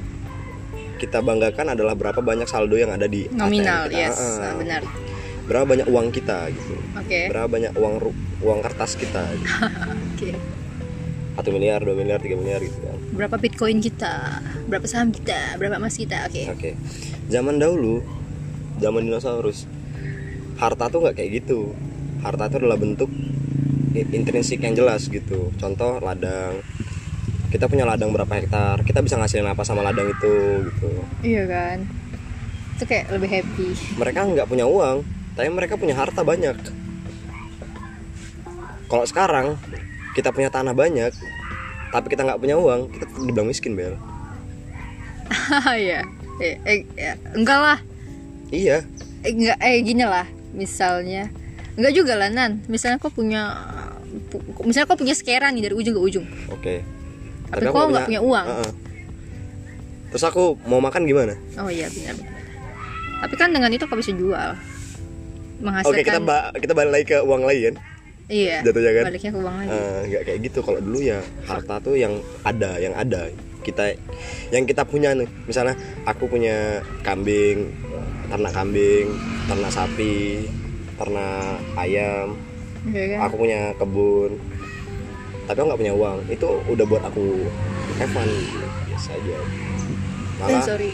Speaker 3: kita banggakan adalah berapa banyak saldo yang ada di ATM
Speaker 1: nominal
Speaker 3: kita.
Speaker 1: yes
Speaker 3: Eh,
Speaker 1: ah, benar
Speaker 3: berapa banyak uang kita gitu
Speaker 1: oke
Speaker 3: berapa banyak uang ru- uang kertas kita gitu.
Speaker 1: oke
Speaker 3: 1 miliar 2 miliar 3 miliar gitu kan
Speaker 1: berapa bitcoin kita berapa saham kita berapa emas kita oke
Speaker 3: oke zaman dahulu zaman dinosaurus harta tuh nggak kayak gitu harta itu adalah bentuk i- intrinsik yang jelas gitu contoh ladang kita punya ladang berapa hektar kita bisa ngasilin apa sama ladang itu gitu
Speaker 1: iya kan itu kayak lebih happy
Speaker 3: mereka nggak punya uang tapi mereka punya harta banyak kalau sekarang kita punya tanah banyak tapi kita nggak punya uang kita dibilang miskin bel
Speaker 1: ya eh, eh, eh, enggak lah
Speaker 3: iya
Speaker 1: eh, enggak eh gini lah misalnya enggak juga lah nan misalnya kau punya pu- misalnya kau punya skera nih dari ujung ke ujung
Speaker 3: oke
Speaker 1: Tapi kok
Speaker 3: aku
Speaker 1: nggak punya uang?
Speaker 3: Heeh. terus aku mau makan gimana
Speaker 1: oh iya benar tapi kan dengan itu kau bisa jual menghasilkan
Speaker 3: oke kita ba- kita balik lagi ke uang lain
Speaker 1: iya
Speaker 3: jatuhnya kan?
Speaker 1: baliknya ke uang lagi
Speaker 3: Eh, nggak kayak gitu kalau dulu ya harta tuh yang ada yang ada kita yang kita punya nih misalnya aku punya kambing ternak kambing ternak sapi ternak ayam
Speaker 1: Iya kan?
Speaker 3: aku punya kebun tapi aku nggak punya uang itu udah buat aku Evan biasa aja
Speaker 1: eh,
Speaker 3: malah
Speaker 1: sorry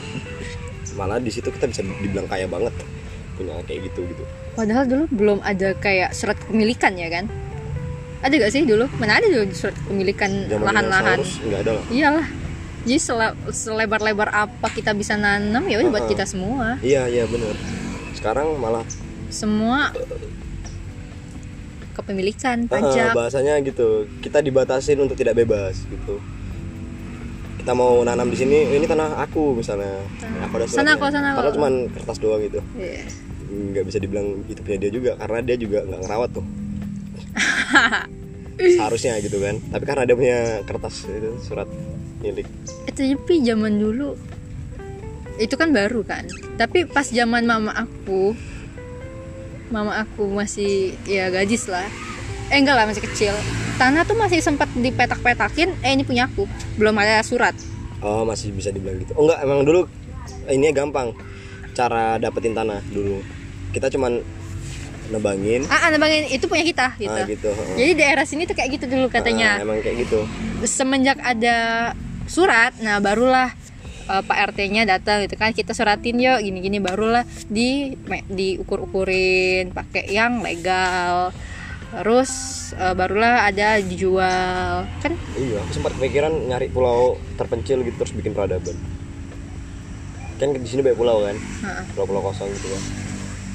Speaker 3: malah di situ kita bisa dibilang kaya banget punya kayak gitu gitu
Speaker 1: Padahal dulu belum ada kayak surat kepemilikan ya kan? Ada gak sih dulu? Mana ada dulu surat kepemilikan
Speaker 3: zaman
Speaker 1: lahan-lahan?
Speaker 3: dinosaurus nggak ada lah
Speaker 1: Iyalah. Jadi sele- selebar-lebar apa kita bisa nanam ya udah buat
Speaker 3: Uh-uh.
Speaker 1: kita semua.
Speaker 3: iya iya bener sekarang malah
Speaker 1: Semua kepemilikan,
Speaker 3: eh,
Speaker 1: pajak.
Speaker 3: bahasanya gitu kita dibatasin untuk tidak bebas gitu kita mau nanam di sini ini tanah aku misalnya aku ada
Speaker 1: Sana
Speaker 3: suratnya.
Speaker 1: kok, Ah. sana
Speaker 3: Padahal
Speaker 1: kok.
Speaker 3: cuman kertas doang gitu
Speaker 1: Iya.
Speaker 3: nggak bisa dibilang itu punya dia juga karena dia juga nggak ngerawat tuh seharusnya gitu kan tapi karena dia punya kertas itu surat milik
Speaker 1: itu nyepi zaman dulu itu kan baru kan tapi pas zaman mama aku mama aku masih ya gadis lah eh enggak lah masih kecil tanah tuh masih sempat dipetak-petakin eh ini punya aku belum ada surat
Speaker 3: oh masih bisa dibilang gitu oh enggak emang dulu ini gampang cara dapetin tanah dulu kita cuman nebangin
Speaker 1: ah anak bangin itu punya kita gitu
Speaker 3: ah, gitu heeh.
Speaker 1: jadi daerah sini tuh kayak gitu dulu katanya
Speaker 3: Ah, emang kayak gitu
Speaker 1: semenjak ada surat nah barulah eh, Pak RT-nya datang gitu kan kita suratin yuk gini-gini barulah di me- diukur-ukurin pakai yang legal terus eh, barulah ada dijual kan
Speaker 3: Iya, aku sempat kepikiran nyari pulau terpencil gitu terus bikin peradaban. Kan di sini banyak pulau kan,
Speaker 1: Heeh.
Speaker 3: pulau-pulau kosong gitu kan.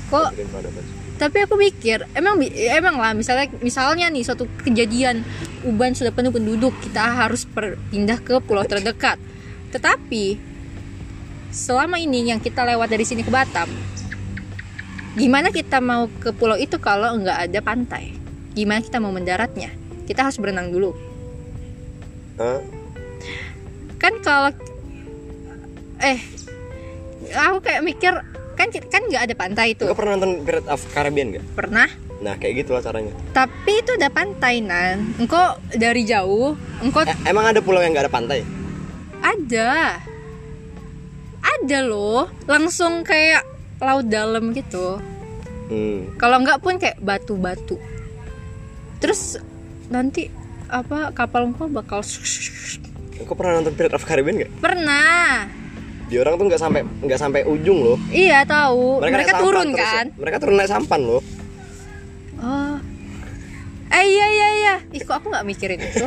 Speaker 1: kok
Speaker 3: Bikin peradaban.
Speaker 1: tapi aku mikir emang bi- emang lah misalnya misalnya nih suatu kejadian Uban sudah penuh penduduk kita harus per- pindah ke pulau terdekat tetapi selama ini yang kita lewat dari sini ke Batam gimana kita mau ke pulau itu kalau nggak ada pantai gimana kita mau mendaratnya kita harus berenang dulu
Speaker 3: Hah?
Speaker 1: kan kalau eh aku kayak mikir kan kan nggak ada pantai itu
Speaker 3: Kau pernah nonton Pirate of Caribbean gak?
Speaker 1: pernah
Speaker 3: Nah kayak gitu lah caranya.
Speaker 1: Tapi itu ada pantai nan. Engkau dari jauh, engkau
Speaker 3: Eh, emang ada pulau yang gak ada pantai?
Speaker 1: ada. Ada loh, langsung kayak laut dalam gitu.
Speaker 3: Hmm.
Speaker 1: Kalau enggak pun kayak batu-batu. Terus nanti apa kapal engkau bakal
Speaker 3: Kau pernah nonton Pirate of Caribbean gak?
Speaker 1: pernah.
Speaker 3: Di orang tuh nggak sampai nggak sampai ujung loh.
Speaker 1: Iya tahu. Mereka,
Speaker 3: naik sampan
Speaker 1: turun
Speaker 3: terus ya.
Speaker 1: kan?
Speaker 3: Mereka turun naik sampan loh.
Speaker 1: Oh. Eh iya iya iya. Ih kok aku nggak mikirin itu.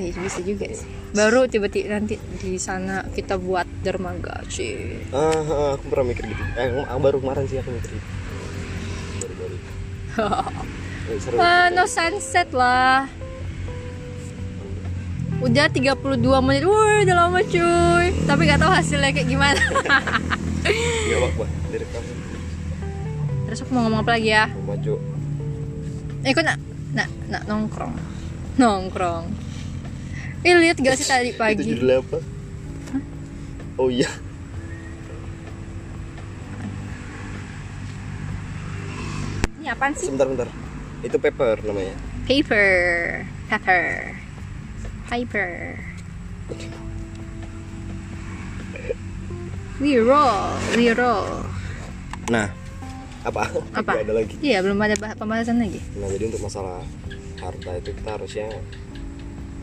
Speaker 1: Eh bisa juga sih. Baru tiba-tiba nanti di sana kita buat dermaga sih.
Speaker 3: Ah, ah, aku pernah mikir gitu. Eh, aku baru kemarin sih aku mikir. Gitu. Baru-baru. Eh, seru.
Speaker 1: Wah, Ah, no sunset lah. Udah 32 menit. Wuh, udah lama cuy. Tapi nggak tahu hasilnya kayak gimana.
Speaker 3: Gak apa-apa. Iya, Dari kamu
Speaker 1: Terus aku mau ngomong apa lagi ya?
Speaker 3: mau maju.
Speaker 1: Eh, kok nak nak nak nongkrong. Nongkrong. Ih, lihat gak sih tadi
Speaker 3: Itu
Speaker 1: pagi?
Speaker 3: judulnya apa? Oh iya.
Speaker 1: Ini apaan sih?
Speaker 3: Sebentar bentar. Itu paper namanya.
Speaker 1: Paper, paper, paper. We roll, we roll.
Speaker 3: Nah, apa?
Speaker 1: Apa?
Speaker 3: Gak ada lagi.
Speaker 1: Iya, belum ada bah- pembahasan lagi.
Speaker 3: Nah, jadi untuk masalah harta itu kita harusnya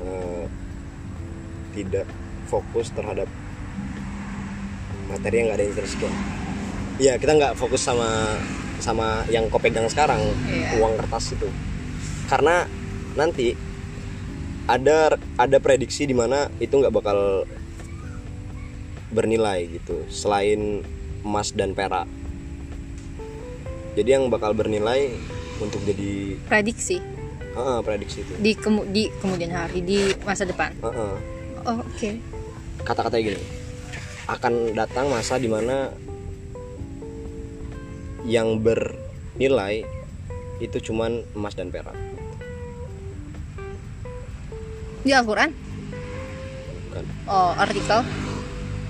Speaker 3: eh, tidak fokus terhadap materi yang nggak ada interest kita. Iya, kita nggak fokus sama sama yang kau pegang sekarang,
Speaker 1: Iya.
Speaker 3: uang kertas itu. Karena nanti ada ada prediksi di mana itu nggak bakal bernilai gitu selain emas dan perak. Jadi yang bakal bernilai untuk jadi
Speaker 1: Prediksi
Speaker 3: Heeh, prediksi itu.
Speaker 1: di kemu- di kemudian hari di masa depan.
Speaker 3: Heeh.
Speaker 1: Oh, oke.
Speaker 3: Kata-katanya gini. Akan datang masa di mana yang bernilai itu cuman emas dan perak.
Speaker 1: Di Al-Qur'an?
Speaker 3: Bukan
Speaker 1: Oh, artikel.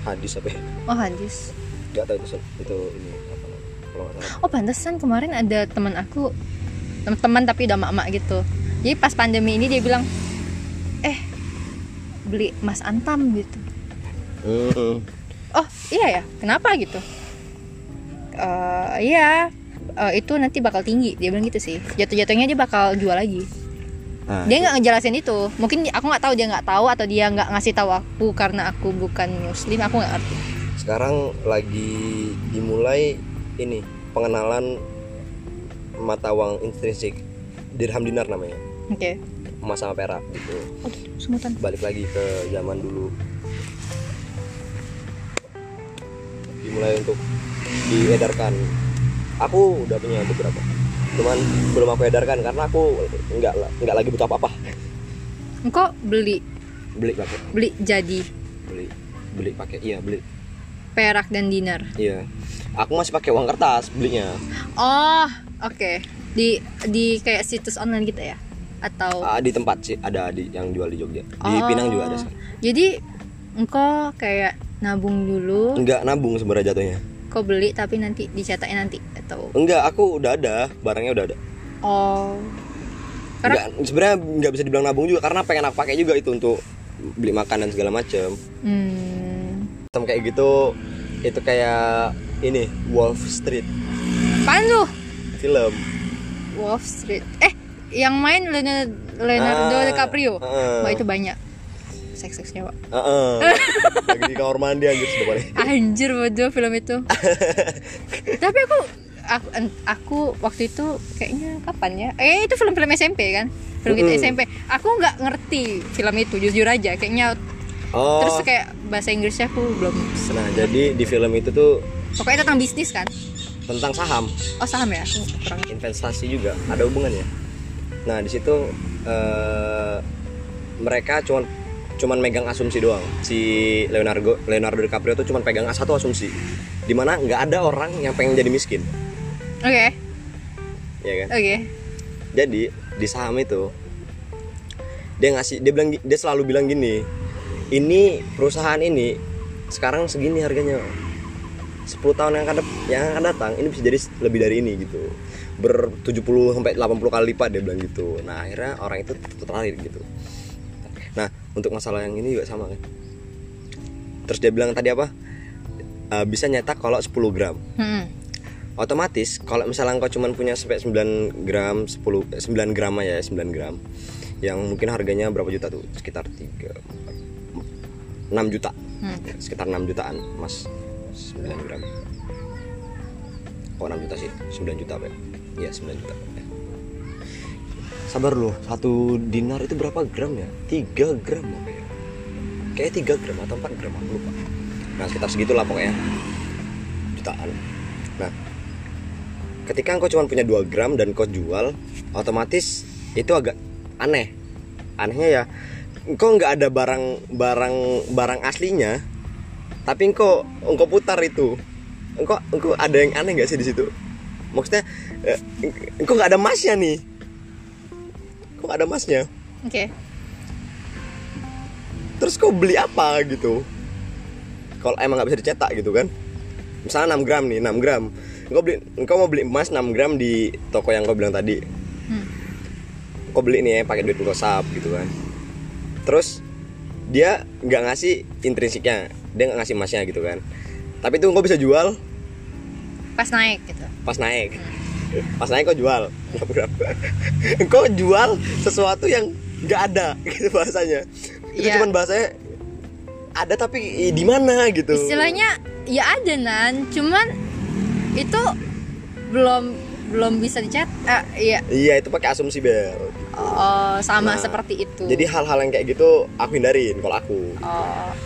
Speaker 3: hadis apa ya?
Speaker 1: Oh, hadis.
Speaker 3: Gak tahu itu itu ini apa namanya. Kalau nggak salah.
Speaker 1: Oh, pantesan kemarin ada teman aku teman tapi udah mak-mak gitu. Jadi pas pandemi ini dia bilang, "Eh, beli emas antam gitu."
Speaker 3: Mm-mm.
Speaker 1: oh iya ya kenapa gitu Eh, iya eh, itu nanti bakal tinggi dia bilang gitu sih jatuh-jatuhnya dia bakal jual lagi
Speaker 3: Nah,
Speaker 1: dia nggak ngejelasin itu mungkin aku nggak tahu dia nggak tahu atau dia nggak ngasih tahu aku karena aku bukan muslim aku nggak ngerti
Speaker 3: Sekarang lagi dimulai ini pengenalan mata uang intrinsik dirham dinar namanya
Speaker 1: oke
Speaker 3: emas sama perak gitu
Speaker 1: Aduh, semutan
Speaker 3: balik lagi ke zaman dulu dimulai untuk diedarkan aku udah punya beberapa cuman belum aku edarkan karena aku nggak nggak lagi butuh apa apa
Speaker 1: engkau beli
Speaker 3: beli pakai
Speaker 1: beli jadi
Speaker 3: beli beli pakai iya beli
Speaker 1: perak dan dinar
Speaker 3: Iya. Aku masih pakai uang kertas belinya.
Speaker 1: oh oke di di kayak situs online gitu ya atau
Speaker 3: Ah, di tempat sih ada di yang jual di Jogja. Di
Speaker 1: Oh.
Speaker 3: Pinang juga ada. sih.
Speaker 1: jadi engkau kayak nabung dulu
Speaker 3: Enggak nabung sebenarnya jatuhnya.
Speaker 1: kau beli tapi nanti dicatakin nanti atau
Speaker 3: Enggak, aku udah ada, barangnya udah ada.
Speaker 1: oh
Speaker 3: Enggak,
Speaker 1: karena
Speaker 3: sebenarnya nggak bisa dibilang nabung juga karena pengen aku pakai juga itu untuk beli makan dan segala macem.
Speaker 1: hmm,
Speaker 3: Tem kayak gitu itu kayak ini Wolf Street
Speaker 1: apaan tuh?
Speaker 3: film.
Speaker 1: Wolf Street eh yang main Leonardo, Leonardo
Speaker 3: Ah,
Speaker 1: DiCaprio
Speaker 3: ah.
Speaker 1: wah itu banyak seks seksnya pak
Speaker 3: Heeh. Lagi di kamar mandi anjir sudah boleh.
Speaker 1: Anjir bodoh film itu. Tapi aku aku en- aku waktu itu kayaknya kapan ya? Eh itu film-film SMP kan? Film kita
Speaker 3: Mm-mm.
Speaker 1: SMP. Aku nggak ngerti film itu jujur aja kayaknya
Speaker 3: Oh.
Speaker 1: terus kayak bahasa Inggrisnya aku belum.
Speaker 3: Nah, jadi di film itu tuh
Speaker 1: Pokoknya tentang bisnis kan?
Speaker 3: tentang saham,
Speaker 1: Oh saham ya? Aku kurang.
Speaker 3: investasi juga ada hubungannya. Nah, di situ eh, mereka cuman cuman megang asumsi doang. Si Leonardo Leonardo DiCaprio tuh cuman pegang satu asumsi. Dimana nggak ada orang yang pengen jadi miskin,
Speaker 1: Oke,
Speaker 3: ya kan?
Speaker 1: oke.
Speaker 3: Jadi di saham itu dia ngasih dia bilang dia selalu bilang gini, ini perusahaan ini sekarang segini harganya. 10 tahun yang akan dep- yang akan datang ini bisa jadi lebih dari ini gitu. Ber 70 sampai 80 kali lipat dia bilang gitu. Nah, akhirnya orang itu tertarik gitu. Nah, untuk masalah yang ini juga sama kan. Terus dia bilang tadi apa? Eh, bisa nyetak kalau 10 gram
Speaker 1: Hmm.
Speaker 3: otomatis kalau misalnya engkau cuman punya sampai 9 gram 10 eh, 9 gram aja ya 9 gram yang mungkin harganya berapa juta tuh sekitar 3 6 juta
Speaker 1: Hmm.
Speaker 3: Ya, sekitar 6 jutaan mas 9 gram oh 6 juta sih 9 juta apa ya iya 9 juta sabar loh satu dinar itu berapa gram ya 3 gram apa ya kayak 3 gram atau 4 gram aku lupa nah sekitar segitulah pokoknya jutaan nah ketika engkau cuma punya 2 gram dan kau jual otomatis itu agak aneh anehnya ya engkau nggak ada barang barang barang aslinya tapi engkau engkau putar itu engkau engkau ada yang aneh nggak sih di situ maksudnya eh, eng- engkau nggak ada emasnya nih engkau nggak ada emasnya
Speaker 1: Oke.
Speaker 3: terus kau beli apa gitu kalau emang nggak bisa dicetak gitu kan misalnya 6 gram nih 6 gram engkau beli engkau mau beli emas 6 gram di toko yang kau bilang tadi
Speaker 1: Hmm.
Speaker 3: kau beli nih ya pakai duit gosap gitu kan terus dia nggak ngasih intrinsiknya dia nggak ngasih emasnya gitu kan tapi itu engkau bisa jual
Speaker 1: Pas naik gitu.
Speaker 3: pas naik pas naik kau jual kau jual sesuatu yang nggak ada gitu bahasanya itu
Speaker 1: Iya.
Speaker 3: cuman bahasanya ada tapi i- di mana gitu
Speaker 1: Istilahnya ya ada nan, cuman itu belum belum bisa dicat. Eh, ya
Speaker 3: iya itu pakai asumsi bel
Speaker 1: Oh, sama
Speaker 3: Nah,
Speaker 1: seperti itu. Iya
Speaker 3: jadi hal-hal yang kayak gitu aku hindarin kalau aku
Speaker 1: oh.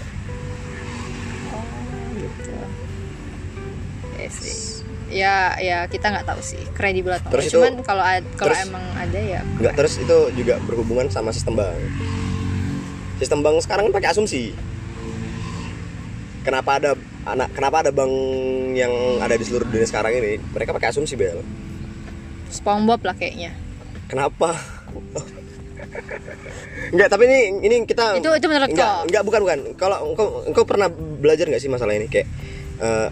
Speaker 1: Oh, gitu. Ya sih. Ya, ya kita nggak tahu sih kredibel atau nggak.
Speaker 3: Terus itu-
Speaker 1: Cuman kalau ad- kalau
Speaker 3: terus-
Speaker 1: emang ada ya.
Speaker 3: nggak terus itu juga berhubungan sama sistem bank sistem bank sekarang kan pakai asumsi kenapa ada anak kenapa ada bank yang ada di seluruh dunia sekarang ini mereka pakai asumsi bel
Speaker 1: SpongeBob lah kayaknya.
Speaker 3: Kenapa? Enggak, tapi ini ini kita
Speaker 1: Itu- itu menurut
Speaker 3: enggak,
Speaker 1: kau?
Speaker 3: enggak, bukan bukan. Kalau engkau engkau pernah belajar nggak sih masalah ini kayak eh,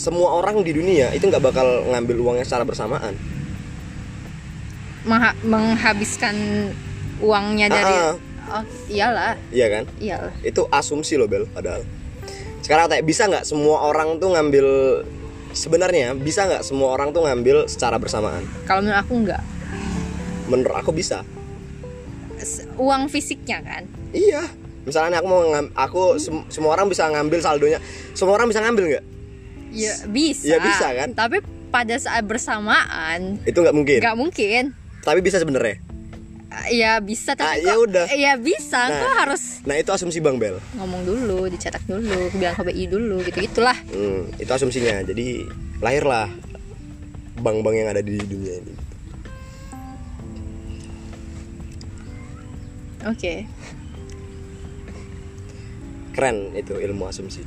Speaker 3: semua orang di dunia itu nggak bakal ngambil uangnya secara bersamaan.
Speaker 1: Mengha- menghabiskan uangnya dari
Speaker 3: Ah, ah.
Speaker 1: Oh, iyalah,
Speaker 3: Iya kan?
Speaker 1: iyalah.
Speaker 3: Itu asumsi loh, Bel, padahal. Sekarang aku tanya, bisa nggak semua orang tuh ngambil sebenarnya bisa nggak semua orang tuh ngambil secara bersamaan?
Speaker 1: Kalau menurut aku nggak.
Speaker 3: Menurut aku bisa.
Speaker 1: S- Uang fisiknya kan.
Speaker 3: Iya. Misalnya aku mau ngam- aku sem- semua orang bisa ngambil saldonya. Semua orang bisa ngambil nggak?
Speaker 1: Ya bisa.
Speaker 3: Ya, bisa, kan?
Speaker 1: Tapi pada saat bersamaan
Speaker 3: itu nggak mungkin
Speaker 1: nggak mungkin.
Speaker 3: tapi bisa sebenarnya
Speaker 1: Ya bisa
Speaker 3: Ah,
Speaker 1: tapi
Speaker 3: ya
Speaker 1: kok-
Speaker 3: udah.
Speaker 1: Ya bisa,
Speaker 3: Nah.
Speaker 1: kok harus
Speaker 3: nah itu asumsi bang bel
Speaker 1: ngomong dulu, dicetak dulu, bilang KBI dulu, gitu gitulah.
Speaker 3: hmm, itu asumsinya jadi lahirlah bank-bank yang ada di dunia ini
Speaker 1: Oke.
Speaker 3: keren itu ilmu asumsi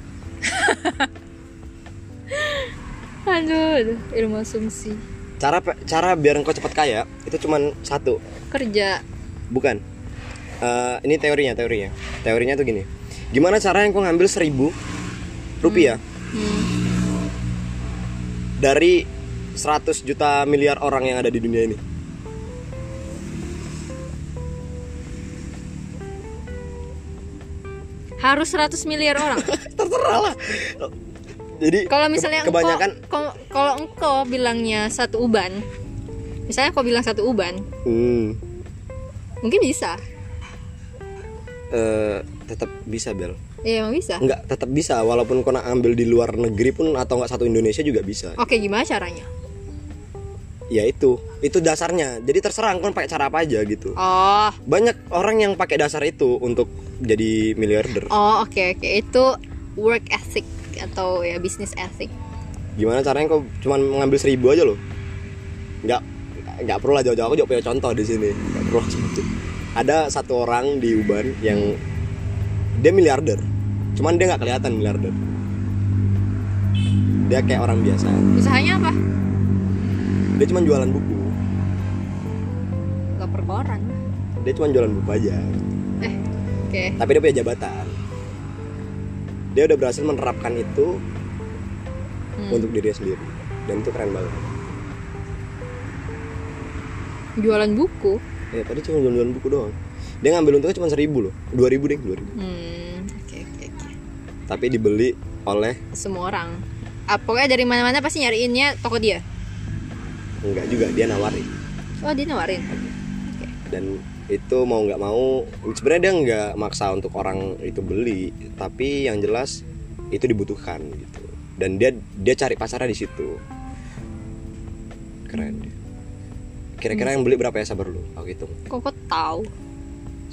Speaker 1: Aduh, ilmu asumsi.
Speaker 3: Cara pe- cara biar engkau cepat kaya itu cuman satu,
Speaker 1: Kerja.
Speaker 3: bukan? Eh, ini teorinya, teorinya. Teorinya tuh gini. Gimana cara yang kau ngambil seribu rupiah
Speaker 1: Hmm.
Speaker 3: dari 100 juta miliar orang yang ada di dunia ini?
Speaker 1: Harus 100 miliar orang.
Speaker 3: Terserah lah. Jadi
Speaker 1: Kalau
Speaker 3: ke-
Speaker 1: misalnya engkau-
Speaker 3: kebanyakan
Speaker 1: ko- kalau engkau bilangnya satu uban. Misalnya kau bilang satu uban,
Speaker 3: hmm,
Speaker 1: mungkin bisa.
Speaker 3: eh, tetap bisa bel.
Speaker 1: Ya emang bisa.
Speaker 3: Enggak, tetap bisa walaupun kau nak ambil di luar negeri pun atau enggak satu Indonesia juga bisa.
Speaker 1: Oke, gimana caranya?
Speaker 3: Ya itu, itu dasarnya. Jadi terserah engkau pakai cara apa aja gitu.
Speaker 1: Oh,
Speaker 3: Banyak orang yang pakai dasar itu untuk jadi miliarder.
Speaker 1: oh oke oke itu work ethic atau ya business ethic.
Speaker 3: Gimana caranya kau cuman mengambil seribu aja loh? Enggak, enggak perlu lah jauh-jauh. Aku juga punya contoh di sini. Enggak perlu. lah sebut. Ada satu orang di Uban yang dia miliarder. Cuman dia nggak kelihatan miliarder. Dia kayak orang biasa.
Speaker 1: Usahanya apa?
Speaker 3: Dia cuma jualan buku.
Speaker 1: Gak perkoran.
Speaker 3: Dia cuma jualan buku aja.
Speaker 1: Eh, oke.
Speaker 3: tapi dia punya jabatan dia udah berhasil menerapkan itu
Speaker 1: Hmm.
Speaker 3: untuk dirinya sendiri dan itu keren banget
Speaker 1: Jualan buku.
Speaker 3: ya tadi cuma jualan buku doang dia ngambil untungnya cuma seribu loh dua ribu deh dua ribu
Speaker 1: Hmm, oke oke oke.
Speaker 3: tapi dibeli oleh
Speaker 1: Semua orang. Ah, pokoknya dari mana-mana pasti nyariinnya toko dia.
Speaker 3: enggak juga dia nawarin
Speaker 1: Oh, dia nawarin. Oke.
Speaker 3: dan itu mau nggak mau sebenarnya dia nggak maksa untuk orang itu beli tapi yang jelas itu dibutuhkan gitu dan dia dia cari pasarnya di situ keren dia kira-kira yang beli berapa ya sabar dulu aku hitung
Speaker 1: Kok kok tahu?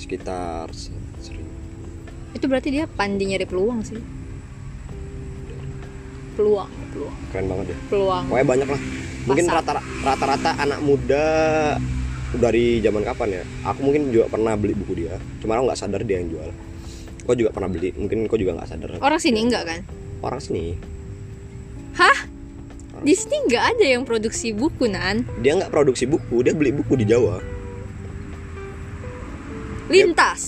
Speaker 3: sekitar se- seribu
Speaker 1: Itu berarti dia pandai nyari peluang sih. Peluang, peluang,
Speaker 3: keren banget ya
Speaker 1: peluang.
Speaker 3: pokoknya banyak lah mungkin
Speaker 1: Pasar.
Speaker 3: rata- rata-rata anak muda dari zaman kapan ya aku mungkin juga pernah beli buku dia cuma aku nggak sadar dia yang jual kau juga pernah beli mungkin kau juga nggak sadar
Speaker 1: Orang sini enggak kan?
Speaker 3: orang sini
Speaker 1: Hah? Di sini enggak ada yang produksi buku, Nan.
Speaker 3: dia nggak produksi buku dia beli buku di Jawa
Speaker 1: Lintas.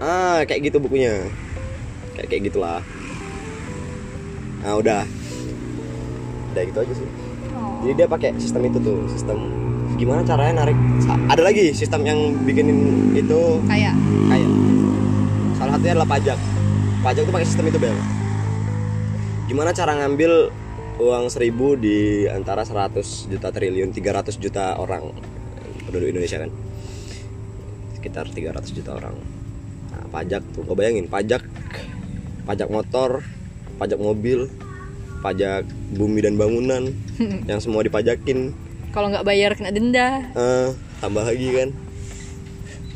Speaker 3: ah kayak gitu bukunya kayak kayak gitulah nah udah udah gitu aja sih jadi dia pakai sistem itu tuh sistem gimana caranya narik Sa- ada lagi sistem yang bikinin itu
Speaker 1: Kayak
Speaker 3: kayak salah satunya adalah pajak pajak itu pakai sistem itu bel gimana cara ngambil uang seribu di antara 100 juta triliun 300 juta orang penduduk Indonesia kan sekitar 300 juta orang nah, pajak tuh kau bayangin pajak pajak motor pajak mobil pajak bumi dan bangunan yang semua dipajakin
Speaker 1: kalau nggak bayar kena denda.
Speaker 3: eh tambah lagi kan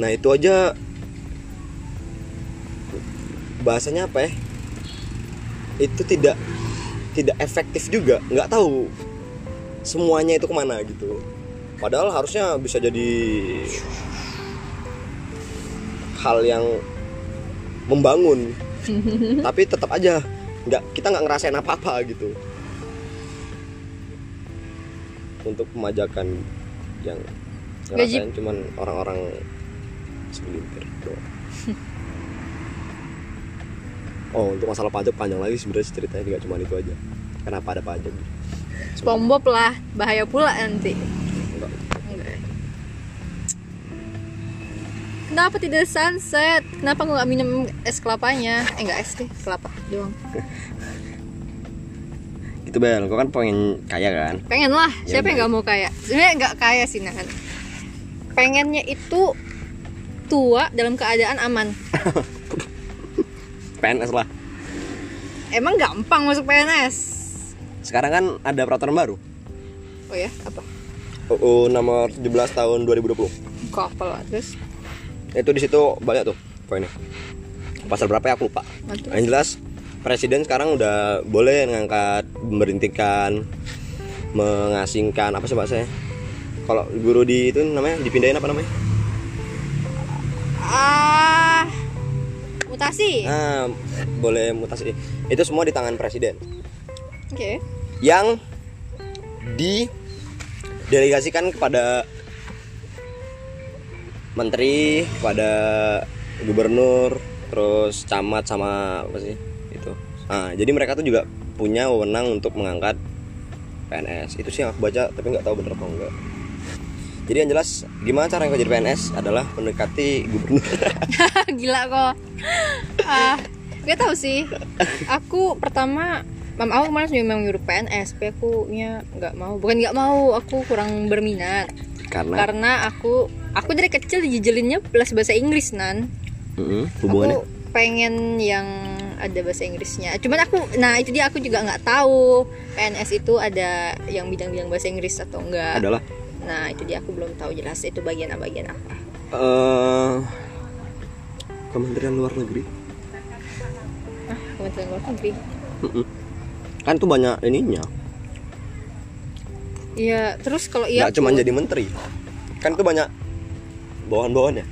Speaker 3: nah itu aja bahasanya apa ya itu tidak tidak efektif juga nggak tahu semuanya itu kemana gitu padahal harusnya bisa jadi hal yang membangun tapi tetap aja nggak kita nggak ngerasain apa apa gitu untuk pemajakan yang ngerasain cuman orang-orang segelintir doang. oh untuk masalah pajak panjang lagi sebenarnya ceritanya tidak cuma itu aja kenapa ada pajak gitu?
Speaker 1: Spongebob lah, bahaya pula nanti.
Speaker 3: Enggak.
Speaker 1: Enggak. Kenapa tidak sunset? Kenapa gua nggak minum es kelapanya? Eh nggak es deh, kelapa doang.
Speaker 3: itu bel kau kan pengen kaya kan
Speaker 1: Pengen lah,
Speaker 3: Ya,
Speaker 1: siapa yang nggak mau kaya? Sebenarnya nggak kaya sih Nan. Pengennya itu tua dalam keadaan aman.
Speaker 3: PNS lah
Speaker 1: Emang gampang masuk PNS?
Speaker 3: sekarang kan ada peraturan baru
Speaker 1: Oh ya, apa?
Speaker 3: UU nomor 17 tahun 2020
Speaker 1: Kok apa lah terus?
Speaker 3: itu di situ banyak tuh poinnya pasal berapa ya aku lupa
Speaker 1: Mantap.
Speaker 3: yang jelas presiden sekarang udah boleh mengangkat memberhentikan mengasingkan apa sih saya kalau guru di itu namanya dipindahin apa namanya
Speaker 1: Ah, mutasi.
Speaker 3: Iya. nah Ah, boleh mutasi itu semua di tangan presiden
Speaker 1: Oke.
Speaker 3: yang didelegasikan kepada menteri, kepada gubernur, terus camat sama apa sih itu. Nah, jadi mereka tuh juga punya wewenang untuk mengangkat PNS. Itu sih yang aku baca, tapi nggak tahu bener apa enggak. Jadi yang jelas gimana cara engkau jadi PNS adalah mendekati gubernur.
Speaker 1: Gila kok. Ah, gak tau sih. Aku pertama Mam aku kemarin juga memang nyuruh PNS, tapi aku nya nggak mau. Bukan nggak mau, aku kurang berminat.
Speaker 3: Karena
Speaker 1: Karena aku aku dari kecil dijejelinnya plus bahasa Inggris nan.
Speaker 3: Mm-mm, hubungannya
Speaker 1: Aku pengen yang ada bahasa Inggrisnya. Cuman aku, nah itu dia aku juga nggak tahu PNS itu ada yang bidang-bidang bahasa Inggris atau enggak.
Speaker 3: adalah
Speaker 1: Nah itu dia aku belum tahu jelas itu bagian apa bagian apa.
Speaker 3: eh, Kementerian Luar Negeri.
Speaker 1: Ah, Kementerian Luar Negeri.
Speaker 3: Mm-mm. Kan tuh banyak ininya.
Speaker 1: Iya, terus kalau iya
Speaker 3: Nggak cuma
Speaker 1: aku-
Speaker 3: jadi menteri. Kan tuh banyak bawahan-bawahannya.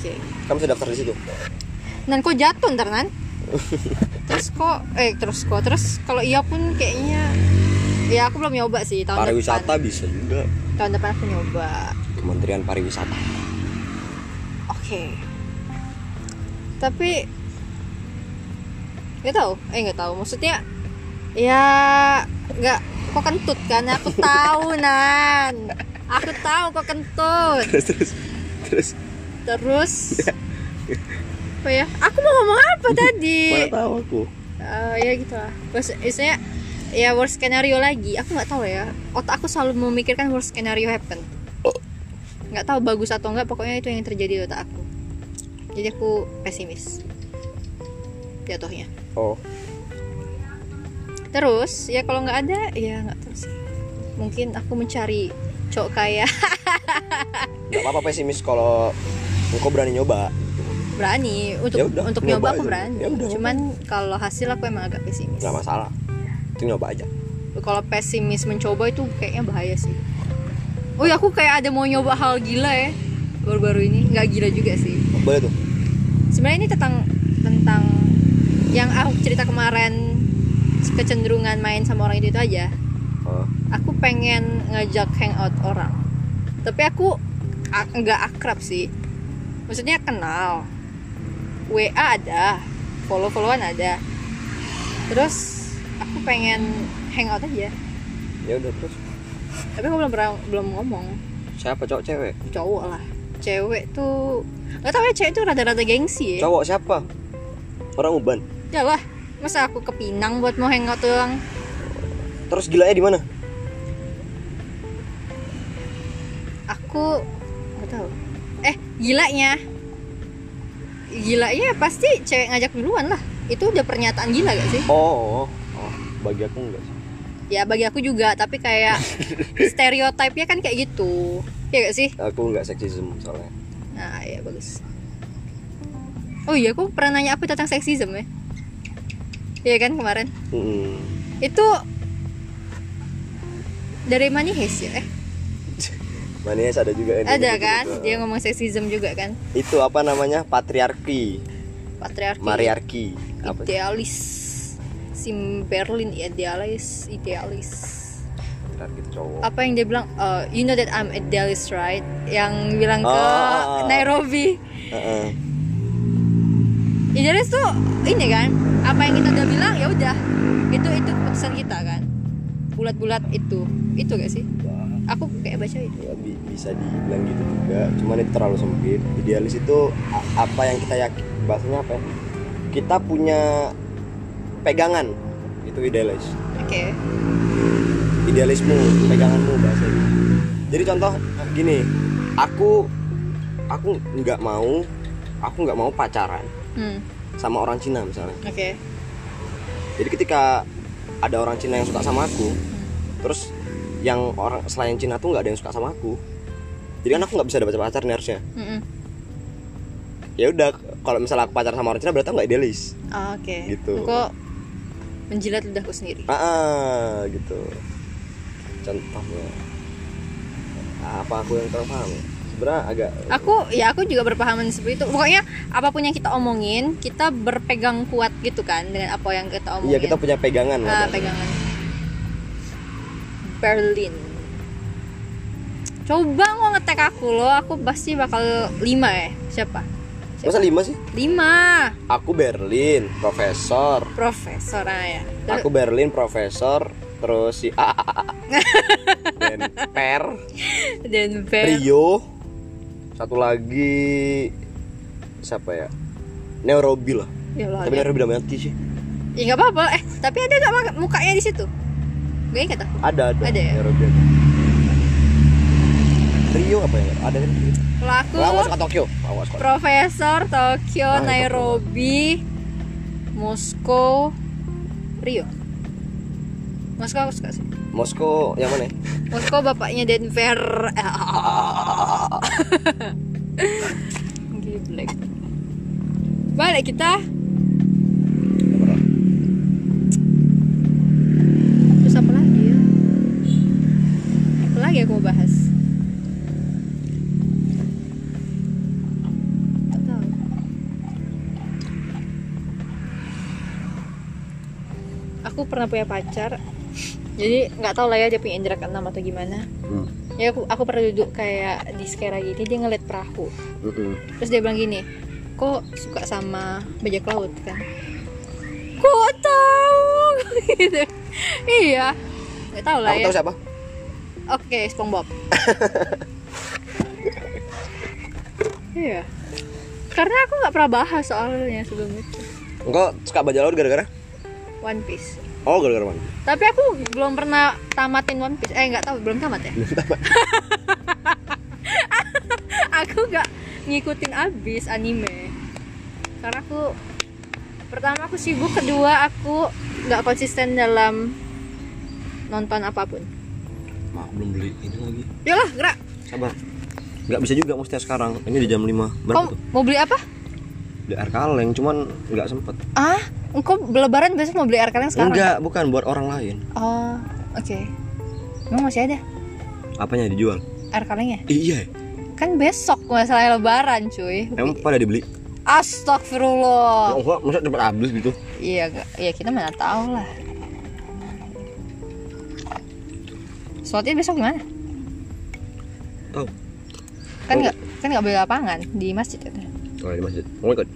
Speaker 1: Oke.
Speaker 3: Kamu bisa Kan daftar di situ.
Speaker 1: Nan kok jatuh ntar Nan? terus kok eh terus kok terus kalau iya pun kayaknya ya aku belum nyoba sih tahun
Speaker 3: Pariwisata bisa juga.
Speaker 1: depan. Tahun depan aku nyoba.
Speaker 3: Kementerian Pariwisata.
Speaker 1: Oke. Tapi nggak tahu, eh nggak tahu. Maksudnya ya nggak kok kentut kan? Aku tahu Nan. Aku tahu kok kentut.
Speaker 3: Terus terus terus
Speaker 1: Terus
Speaker 3: Iya.
Speaker 1: apa ya? Aku mau ngomong apa tadi?
Speaker 3: mana tahu aku.
Speaker 1: Eh, ya gitu lah Terus, Maksudnya ya worst scenario lagi aku nggak tahu ya otak aku selalu memikirkan worst scenario happen
Speaker 3: Oh.
Speaker 1: nggak tahu bagus atau enggak pokoknya itu yang terjadi di otak aku jadi aku pesimis jatuhnya
Speaker 3: Oh,
Speaker 1: terus ya kalau nggak ada ya nggak tahu sih mungkin aku mencari cowok kaya
Speaker 3: nggak apa-apa pesimis kalau engkau berani nyoba.
Speaker 1: berani untuk
Speaker 3: Ya udah,
Speaker 1: untuk nyoba,
Speaker 3: nyoba
Speaker 1: aku
Speaker 3: aja.
Speaker 1: berani
Speaker 3: Ya udah,
Speaker 1: cuman kalau hasil aku emang agak pesimis
Speaker 3: Nggak masalah. Itu nyoba aja.
Speaker 1: kalau pesimis mencoba itu kayaknya bahaya sih oh ya aku kayak ada mau nyoba hal gila ya baru-baru ini nggak gila juga sih
Speaker 3: Boleh tuh.
Speaker 1: sebenarnya ini tentang tentang yang aku cerita kemarin kecenderungan main sama orang itu itu aja
Speaker 3: Oh,
Speaker 1: aku pengen ngajak hangout orang tapi aku a- nggak akrab sih maksudnya kenal WA ada follow followan ada terus aku pengen hangout aja
Speaker 3: ya udah terus.
Speaker 1: tapi aku belum pernah belum ngomong
Speaker 3: Siapa cowok cewek?
Speaker 1: cowok lah cewek tuh nggak tahu ya cewek tuh rada-rada gengsi ya
Speaker 3: Cowok siapa? Orang Uban.
Speaker 1: Yalah, masa aku ke Pinang buat mau hangout doang
Speaker 3: Terus gilanya di mana?
Speaker 1: aku nggak tahu eh gilanya gilanya pasti cewek ngajak duluan lah itu udah pernyataan gila gak sih
Speaker 3: Oh, oh, oh. bagi aku enggak sih.
Speaker 1: ya bagi aku juga tapi kayak stereotipnya kan kayak gitu ya gak sih
Speaker 3: Aku enggak seksisme soalnya.
Speaker 1: nah ya bagus oh iya aku pernah nanya aku tentang seksisme ya iya kan kemarin
Speaker 3: Mm-mm.
Speaker 1: itu dari Manihes ya eh,
Speaker 3: Manis ada juga yang
Speaker 1: ada
Speaker 3: gitu-gitu
Speaker 1: kan
Speaker 3: juga.
Speaker 1: dia ngomong seksisme juga kan
Speaker 3: Itu apa namanya? Patriarki,
Speaker 1: Iya. patriarki
Speaker 3: mariarki, apa sih?
Speaker 1: idealis Sim Berlin ya, idealis idealis
Speaker 3: Patriarki itu cowok.
Speaker 1: apa yang dia bilang "Uh, you know that I'm idealist right yang bilang ke
Speaker 3: Ah.
Speaker 1: Nairobi
Speaker 3: Heeh.
Speaker 1: idealis tuh ini kan apa yang kita udah bilang ya udah itu itu keputusan kita kan bulat-bulat itu itu gak sih aku kayak baca itu
Speaker 3: Ya, bi- bisa dibilang gitu juga. Cuman itu terlalu sempit. Idealis itu a- apa yang kita yakin bahasanya apa? ya? Kita punya pegangan itu idealis.
Speaker 1: oke
Speaker 3: Idealismu, peganganmu bahasanya. Jadi contoh gini, aku aku nggak mau aku nggak mau pacaran
Speaker 1: hmm
Speaker 3: sama orang Cina misalnya.
Speaker 1: oke
Speaker 3: Jadi ketika ada orang Cina yang suka sama aku, terus yang orang selain Cina tuh nggak ada yang suka sama aku. Jadi kan aku nggak bisa dapat pacar nih harusnya.
Speaker 1: Mm-mm.
Speaker 3: Ya udah, kalau misalnya aku pacar sama orang Cina berarti aku nggak idealis.
Speaker 1: Ah, oke
Speaker 3: Gitu.
Speaker 1: kok menjilat ludahku sendiri
Speaker 3: Ah, ah, gitu. Contohnya apa aku yang kurang paham? ya? Sebenarnya sebenarnya agak
Speaker 1: aku ya aku juga berpahaman seperti itu pokoknya apapun yang kita omongin kita berpegang kuat gitu kan dengan apa yang kita omongin
Speaker 3: iya kita punya pegangan
Speaker 1: Ah,
Speaker 3: lah Bang.
Speaker 1: pegangan Berlin coba mau ngetek aku loh aku pasti bakal lima ya siapa
Speaker 3: masa lima sih
Speaker 1: lima
Speaker 3: aku Berlin profesor
Speaker 1: profesor ah, ya Terus-
Speaker 3: aku Berlin profesor terus si A dan Per
Speaker 1: dan Ver
Speaker 3: Rio satu lagi siapa ya Neurobi lah
Speaker 1: ya Allah,
Speaker 3: tapi Neurobi udah mati sih
Speaker 1: ya nggak apa-apa eh tapi ada nggak mak- mukanya di situ gak ingat aku
Speaker 3: ada ada
Speaker 1: Ada ya?
Speaker 3: Neurobi ada. Rio apa ya ada kan Rio?
Speaker 1: kalau aku
Speaker 3: Lawas ke Tokyo Lawas ke
Speaker 1: Profesor Tokyo,
Speaker 3: Ah, itu
Speaker 1: Nairobi, Moskow, Rio. Moskow aku suka sih.
Speaker 3: Moskow yang mana ya?
Speaker 1: Moskow bapaknya Denver. Giblek. Balik kita. Terus apa lagi ya? Apa lagi aku mau bahas? Tak tahu. Aku pernah punya pacar. Jadi nggak tahu lah ya dia punya indera keenam atau gimana.
Speaker 3: Hmm.
Speaker 1: Ya aku aku pernah duduk kayak di sekera gini dia ngeliat perahu.
Speaker 3: Mm-mm.
Speaker 1: Terus dia bilang gini, kok suka sama bajak laut kan? Kok tahu? gitu. Iya. Nggak tahu lah
Speaker 3: Aku
Speaker 1: ya.
Speaker 3: tahu siapa?
Speaker 1: Oke, SpongeBob. iya. Karena aku nggak pernah bahas soalnya sebelum itu
Speaker 3: Engkau suka baca laut gara-gara?
Speaker 1: One Piece.
Speaker 3: Oh gara-gara mana?
Speaker 1: Tapi aku belum pernah tamatin One Piece. Eh nggak tahu, belum tamat ya? aku nggak ngikutin abis anime. Karena aku pertama aku sibuk, kedua aku nggak konsisten dalam nonton apapun.
Speaker 3: Mak belum beli ini lagi.
Speaker 1: Yalah, gerak.
Speaker 3: Sabar. Nggak bisa juga mesti sekarang. Ini di jam 5. Berapa
Speaker 1: Kau
Speaker 3: tuh?
Speaker 1: mau beli apa?
Speaker 3: Beli air kaleng, cuman nggak sempet.
Speaker 1: Ah, engkau lebaran besok mau beli air kaleng sekarang? ya?
Speaker 3: Enggak, bukan buat orang lain.
Speaker 1: Oh, oke. Emang masih ada
Speaker 3: Apanya dijual?
Speaker 1: air kalengnya?
Speaker 3: Iya.
Speaker 1: Kan besok masalahnya lebaran, cuy.
Speaker 3: Emang pada dibeli?
Speaker 1: Astagfirullah.
Speaker 3: Enggak, masa cepet habis gitu.
Speaker 1: Iya, gak, ya kita mana tahu lah. Soalnya besok gimana?
Speaker 3: Oh.
Speaker 1: Kan
Speaker 3: Oh.
Speaker 1: nggak kan nggak boleh lapangan di masjid itu.
Speaker 3: Oh, di masjid. Mau ikut?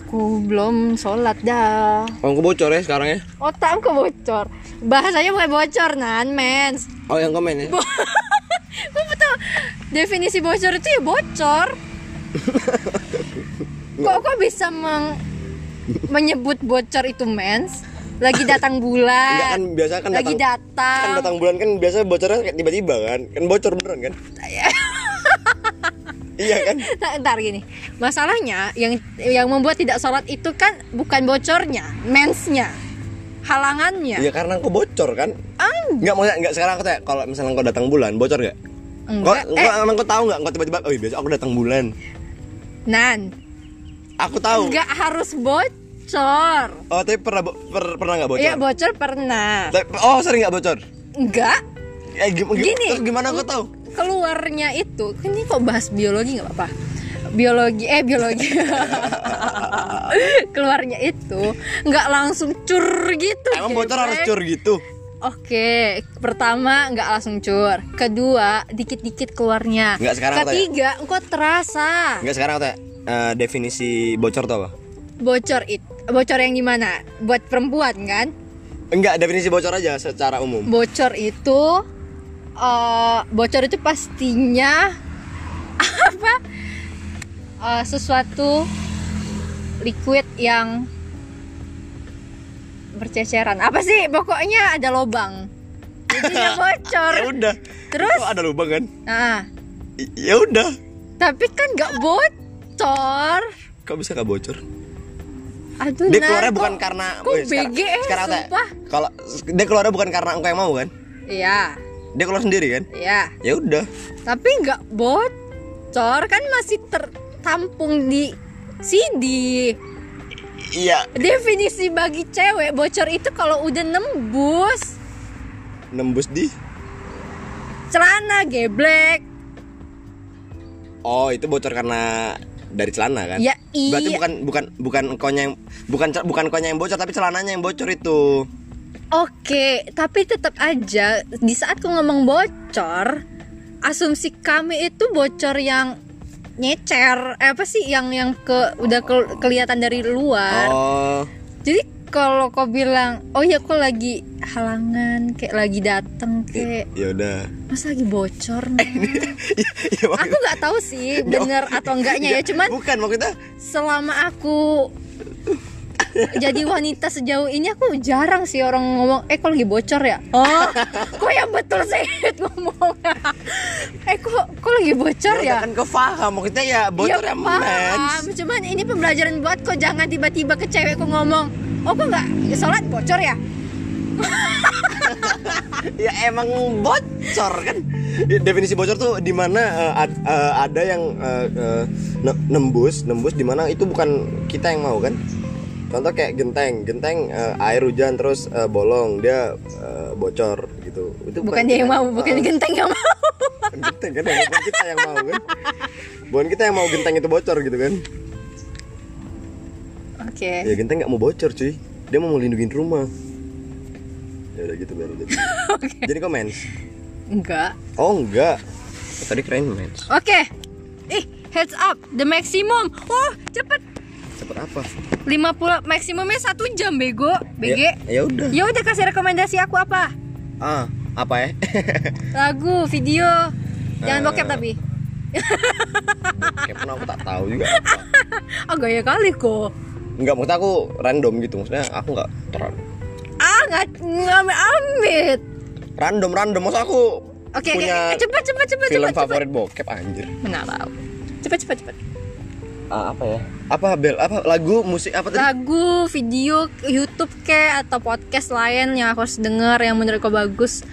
Speaker 1: Aku belum sholat dah.
Speaker 3: Oh, aku bocor ya sekarang ya.
Speaker 1: Otakku bocor. Bahasanya bukan bocor, nan, mens.
Speaker 3: Oh, yang komen ya.
Speaker 1: Kamu betul definisi bocor itu ya bocor. kok kok bisa meng- menyebut bocor itu mens? Lagi datang
Speaker 3: Enggak kan
Speaker 1: bulan.
Speaker 3: biasa kan
Speaker 1: lagi
Speaker 3: datang kan
Speaker 1: datang.
Speaker 3: datang bulan kan biasa bocornya kayak tiba-tiba kan. Kan bocor beneran kan? iya kan?
Speaker 1: Nah, ntar gini. Masalahnya yang yang membuat tidak sholat itu kan bukan bocornya, mensnya. Halangannya.
Speaker 3: Iya karena kau bocor kan? Enggak maksudnya enggak sekarang aku tanya kalau misalnya kau datang bulan bocor enggak? Kok
Speaker 1: Enggak.
Speaker 3: kok
Speaker 1: Eh,
Speaker 3: emang kau tahu enggak kau tiba-tiba oh iya, besok aku datang bulan.
Speaker 1: Nan,
Speaker 3: Aku tahu.
Speaker 1: enggak harus bocor.
Speaker 3: Oh, tapi pernah bo- per- pernah enggak bocor?
Speaker 1: Iya, bocor pernah.
Speaker 3: Tapi- oh, sering enggak bocor.
Speaker 1: Enggak.
Speaker 3: Eh, gim- gim-
Speaker 1: Gini.
Speaker 3: terus gimana kau tahu?
Speaker 1: keluarnya itu kan ini kok bahas biologi nggak apa-apa biologi eh biologi keluarnya itu nggak langsung cur gitu
Speaker 3: Emang
Speaker 1: Jack.
Speaker 3: bocor harus cur gitu.
Speaker 1: Oke, pertama nggak langsung cur, kedua dikit-dikit keluarnya,
Speaker 3: Nggak, sekarang ya? aku
Speaker 1: ketiga engkau terasa
Speaker 3: Enggak sekarang aku tanya eh, definisi bocor tuh apa?
Speaker 1: bocor it, bocor yang gimana? Buat perempuan kan?
Speaker 3: Enggak, definisi bocor aja secara umum.
Speaker 1: bocor itu eh bocor itu pastinya apa Eh, sesuatu liquid yang berceceran apa sih pokoknya ada lobang jadinya bocor
Speaker 3: Ya udah.
Speaker 1: Terus?
Speaker 3: Kok ada lubang kan?
Speaker 1: nah
Speaker 3: I- Ya udah.
Speaker 1: tapi kan nggak bocor
Speaker 3: Kok bisa enggak bocor?
Speaker 1: aduh
Speaker 3: Dia
Speaker 1: Nan,
Speaker 3: keluarnya
Speaker 1: Nah, kok-
Speaker 3: bukan karena
Speaker 1: kok
Speaker 3: Wih, sekarang-
Speaker 1: BG eh,
Speaker 3: sekarang aku tanya,
Speaker 1: sumpah.
Speaker 3: kalau dia keluarnya bukan karena engkau yang mau kan?
Speaker 1: iya
Speaker 3: Dia keluar sendiri kan?
Speaker 1: iya
Speaker 3: Ya udah.
Speaker 1: tapi nggak bocor kan masih tertampung di CD
Speaker 3: Iya,
Speaker 1: Definisi bagi cewek bocor itu kalau udah nembus
Speaker 3: nembus di
Speaker 1: celana geblek.
Speaker 3: Oh, itu bocor karena dari celana kan?
Speaker 1: Ya,
Speaker 3: Berarti
Speaker 1: iya.
Speaker 3: bukan bukan bukan konya yang bukan ce- bukan konya yang bocor tapi celananya yang bocor itu.
Speaker 1: Oke, tapi tetap aja di saat aku ngomong bocor, asumsi kami itu bocor yang nyecer, eh, apa sih yang yang ke udah ke- kelihatan dari luar.
Speaker 3: Oh.
Speaker 1: Jadi kalau kau bilang, "Oh ya aku lagi halangan, kayak lagi dateng kayak
Speaker 3: Ya udah.
Speaker 1: masa lagi bocor?" Nah.
Speaker 3: Ya, ya, mak-
Speaker 1: Aku nggak tahu sih bener atau enggaknya ya,
Speaker 3: Iya,
Speaker 1: cuman
Speaker 3: bukan maksudnya
Speaker 1: selama aku jadi wanita sejauh ini aku jarang sih orang ngomong eh kok lagi bocor ya oh kok yang betul sih ngomong eh kok kok lagi bocor ya
Speaker 3: ya kan kau paham maksudnya ya bocor
Speaker 1: Ya,
Speaker 3: ya, mens.
Speaker 1: paham. cuman ini pembelajaran buat kok jangan tiba-tiba ke cewek kok ngomong oh kok nggak sholat bocor ya
Speaker 3: ya emang bocor kan definisi bocor tuh di mana eh, ad- eh, ada yang eh, eh, ne- nembus nembus di mana itu bukan kita yang mau kan contoh kayak genteng genteng eh, air hujan terus eh, bolong dia eh, bocor gitu itu
Speaker 1: bukan dia yang
Speaker 3: kita-
Speaker 1: mau bukan
Speaker 3: eh,
Speaker 1: genteng yang mau
Speaker 3: bukan genteng kan ya, bukan kita yang mau kan bukan kita yang mau genteng itu bocor gitu kan
Speaker 1: oke
Speaker 3: ya genteng nggak mau bocor cuy dia mau melindungi rumah ya udah gitu baru jadi jadi komen
Speaker 1: enggak
Speaker 3: oh enggak tadi keren mens
Speaker 1: oke ih heads up the maximum wah cepet
Speaker 3: Cepet apa?
Speaker 1: 50 maksimumnya satu jam bego BG
Speaker 3: Ya- ya udah.
Speaker 1: ya udah kasih rekomendasi aku apa
Speaker 3: Ah, apa ya?
Speaker 1: lagu video jangan
Speaker 3: Eh.
Speaker 1: bokep tapi
Speaker 3: Kayak pernah aku tak tahu juga.
Speaker 1: oh gaya kali kok
Speaker 3: Enggak, maksudnya aku random gitu. Maksudnya aku enggak terlalu
Speaker 1: ah nggak ngambil amit
Speaker 3: random random. Maksud aku
Speaker 1: oke oke
Speaker 3: punya
Speaker 1: oke. cepet cepet cepet
Speaker 3: film
Speaker 1: cepet cepet
Speaker 3: favorit bokep anjir.
Speaker 1: menarau cepet cepet cepet
Speaker 3: Ah, apa ya? Apa Bel? Apa lagu musik apa tadi?
Speaker 1: lagu video YouTube kek atau podcast lain yang aku harus denger yang menurut kau bagus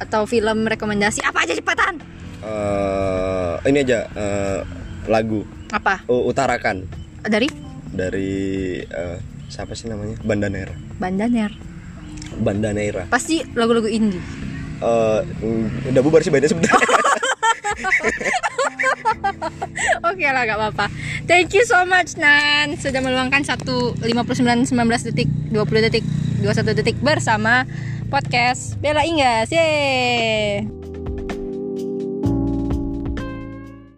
Speaker 1: atau film rekomendasi apa aja cepetan
Speaker 3: Eh, ini aja eh, lagu
Speaker 1: apa
Speaker 3: U- utarakan
Speaker 1: dari
Speaker 3: dari eh, siapa sih namanya? Bandanera.
Speaker 1: Bandaner
Speaker 3: Bandanera.
Speaker 1: pasti lagu-lagu indie
Speaker 3: Eh, mm, udah bubar sih bandnya sebenarnya.
Speaker 1: Oke lah gak apa-apa Thank you so much Nan Sudah meluangkan 1 59 19 detik 20 detik 21 detik bersama podcast Bella Inggris Yeay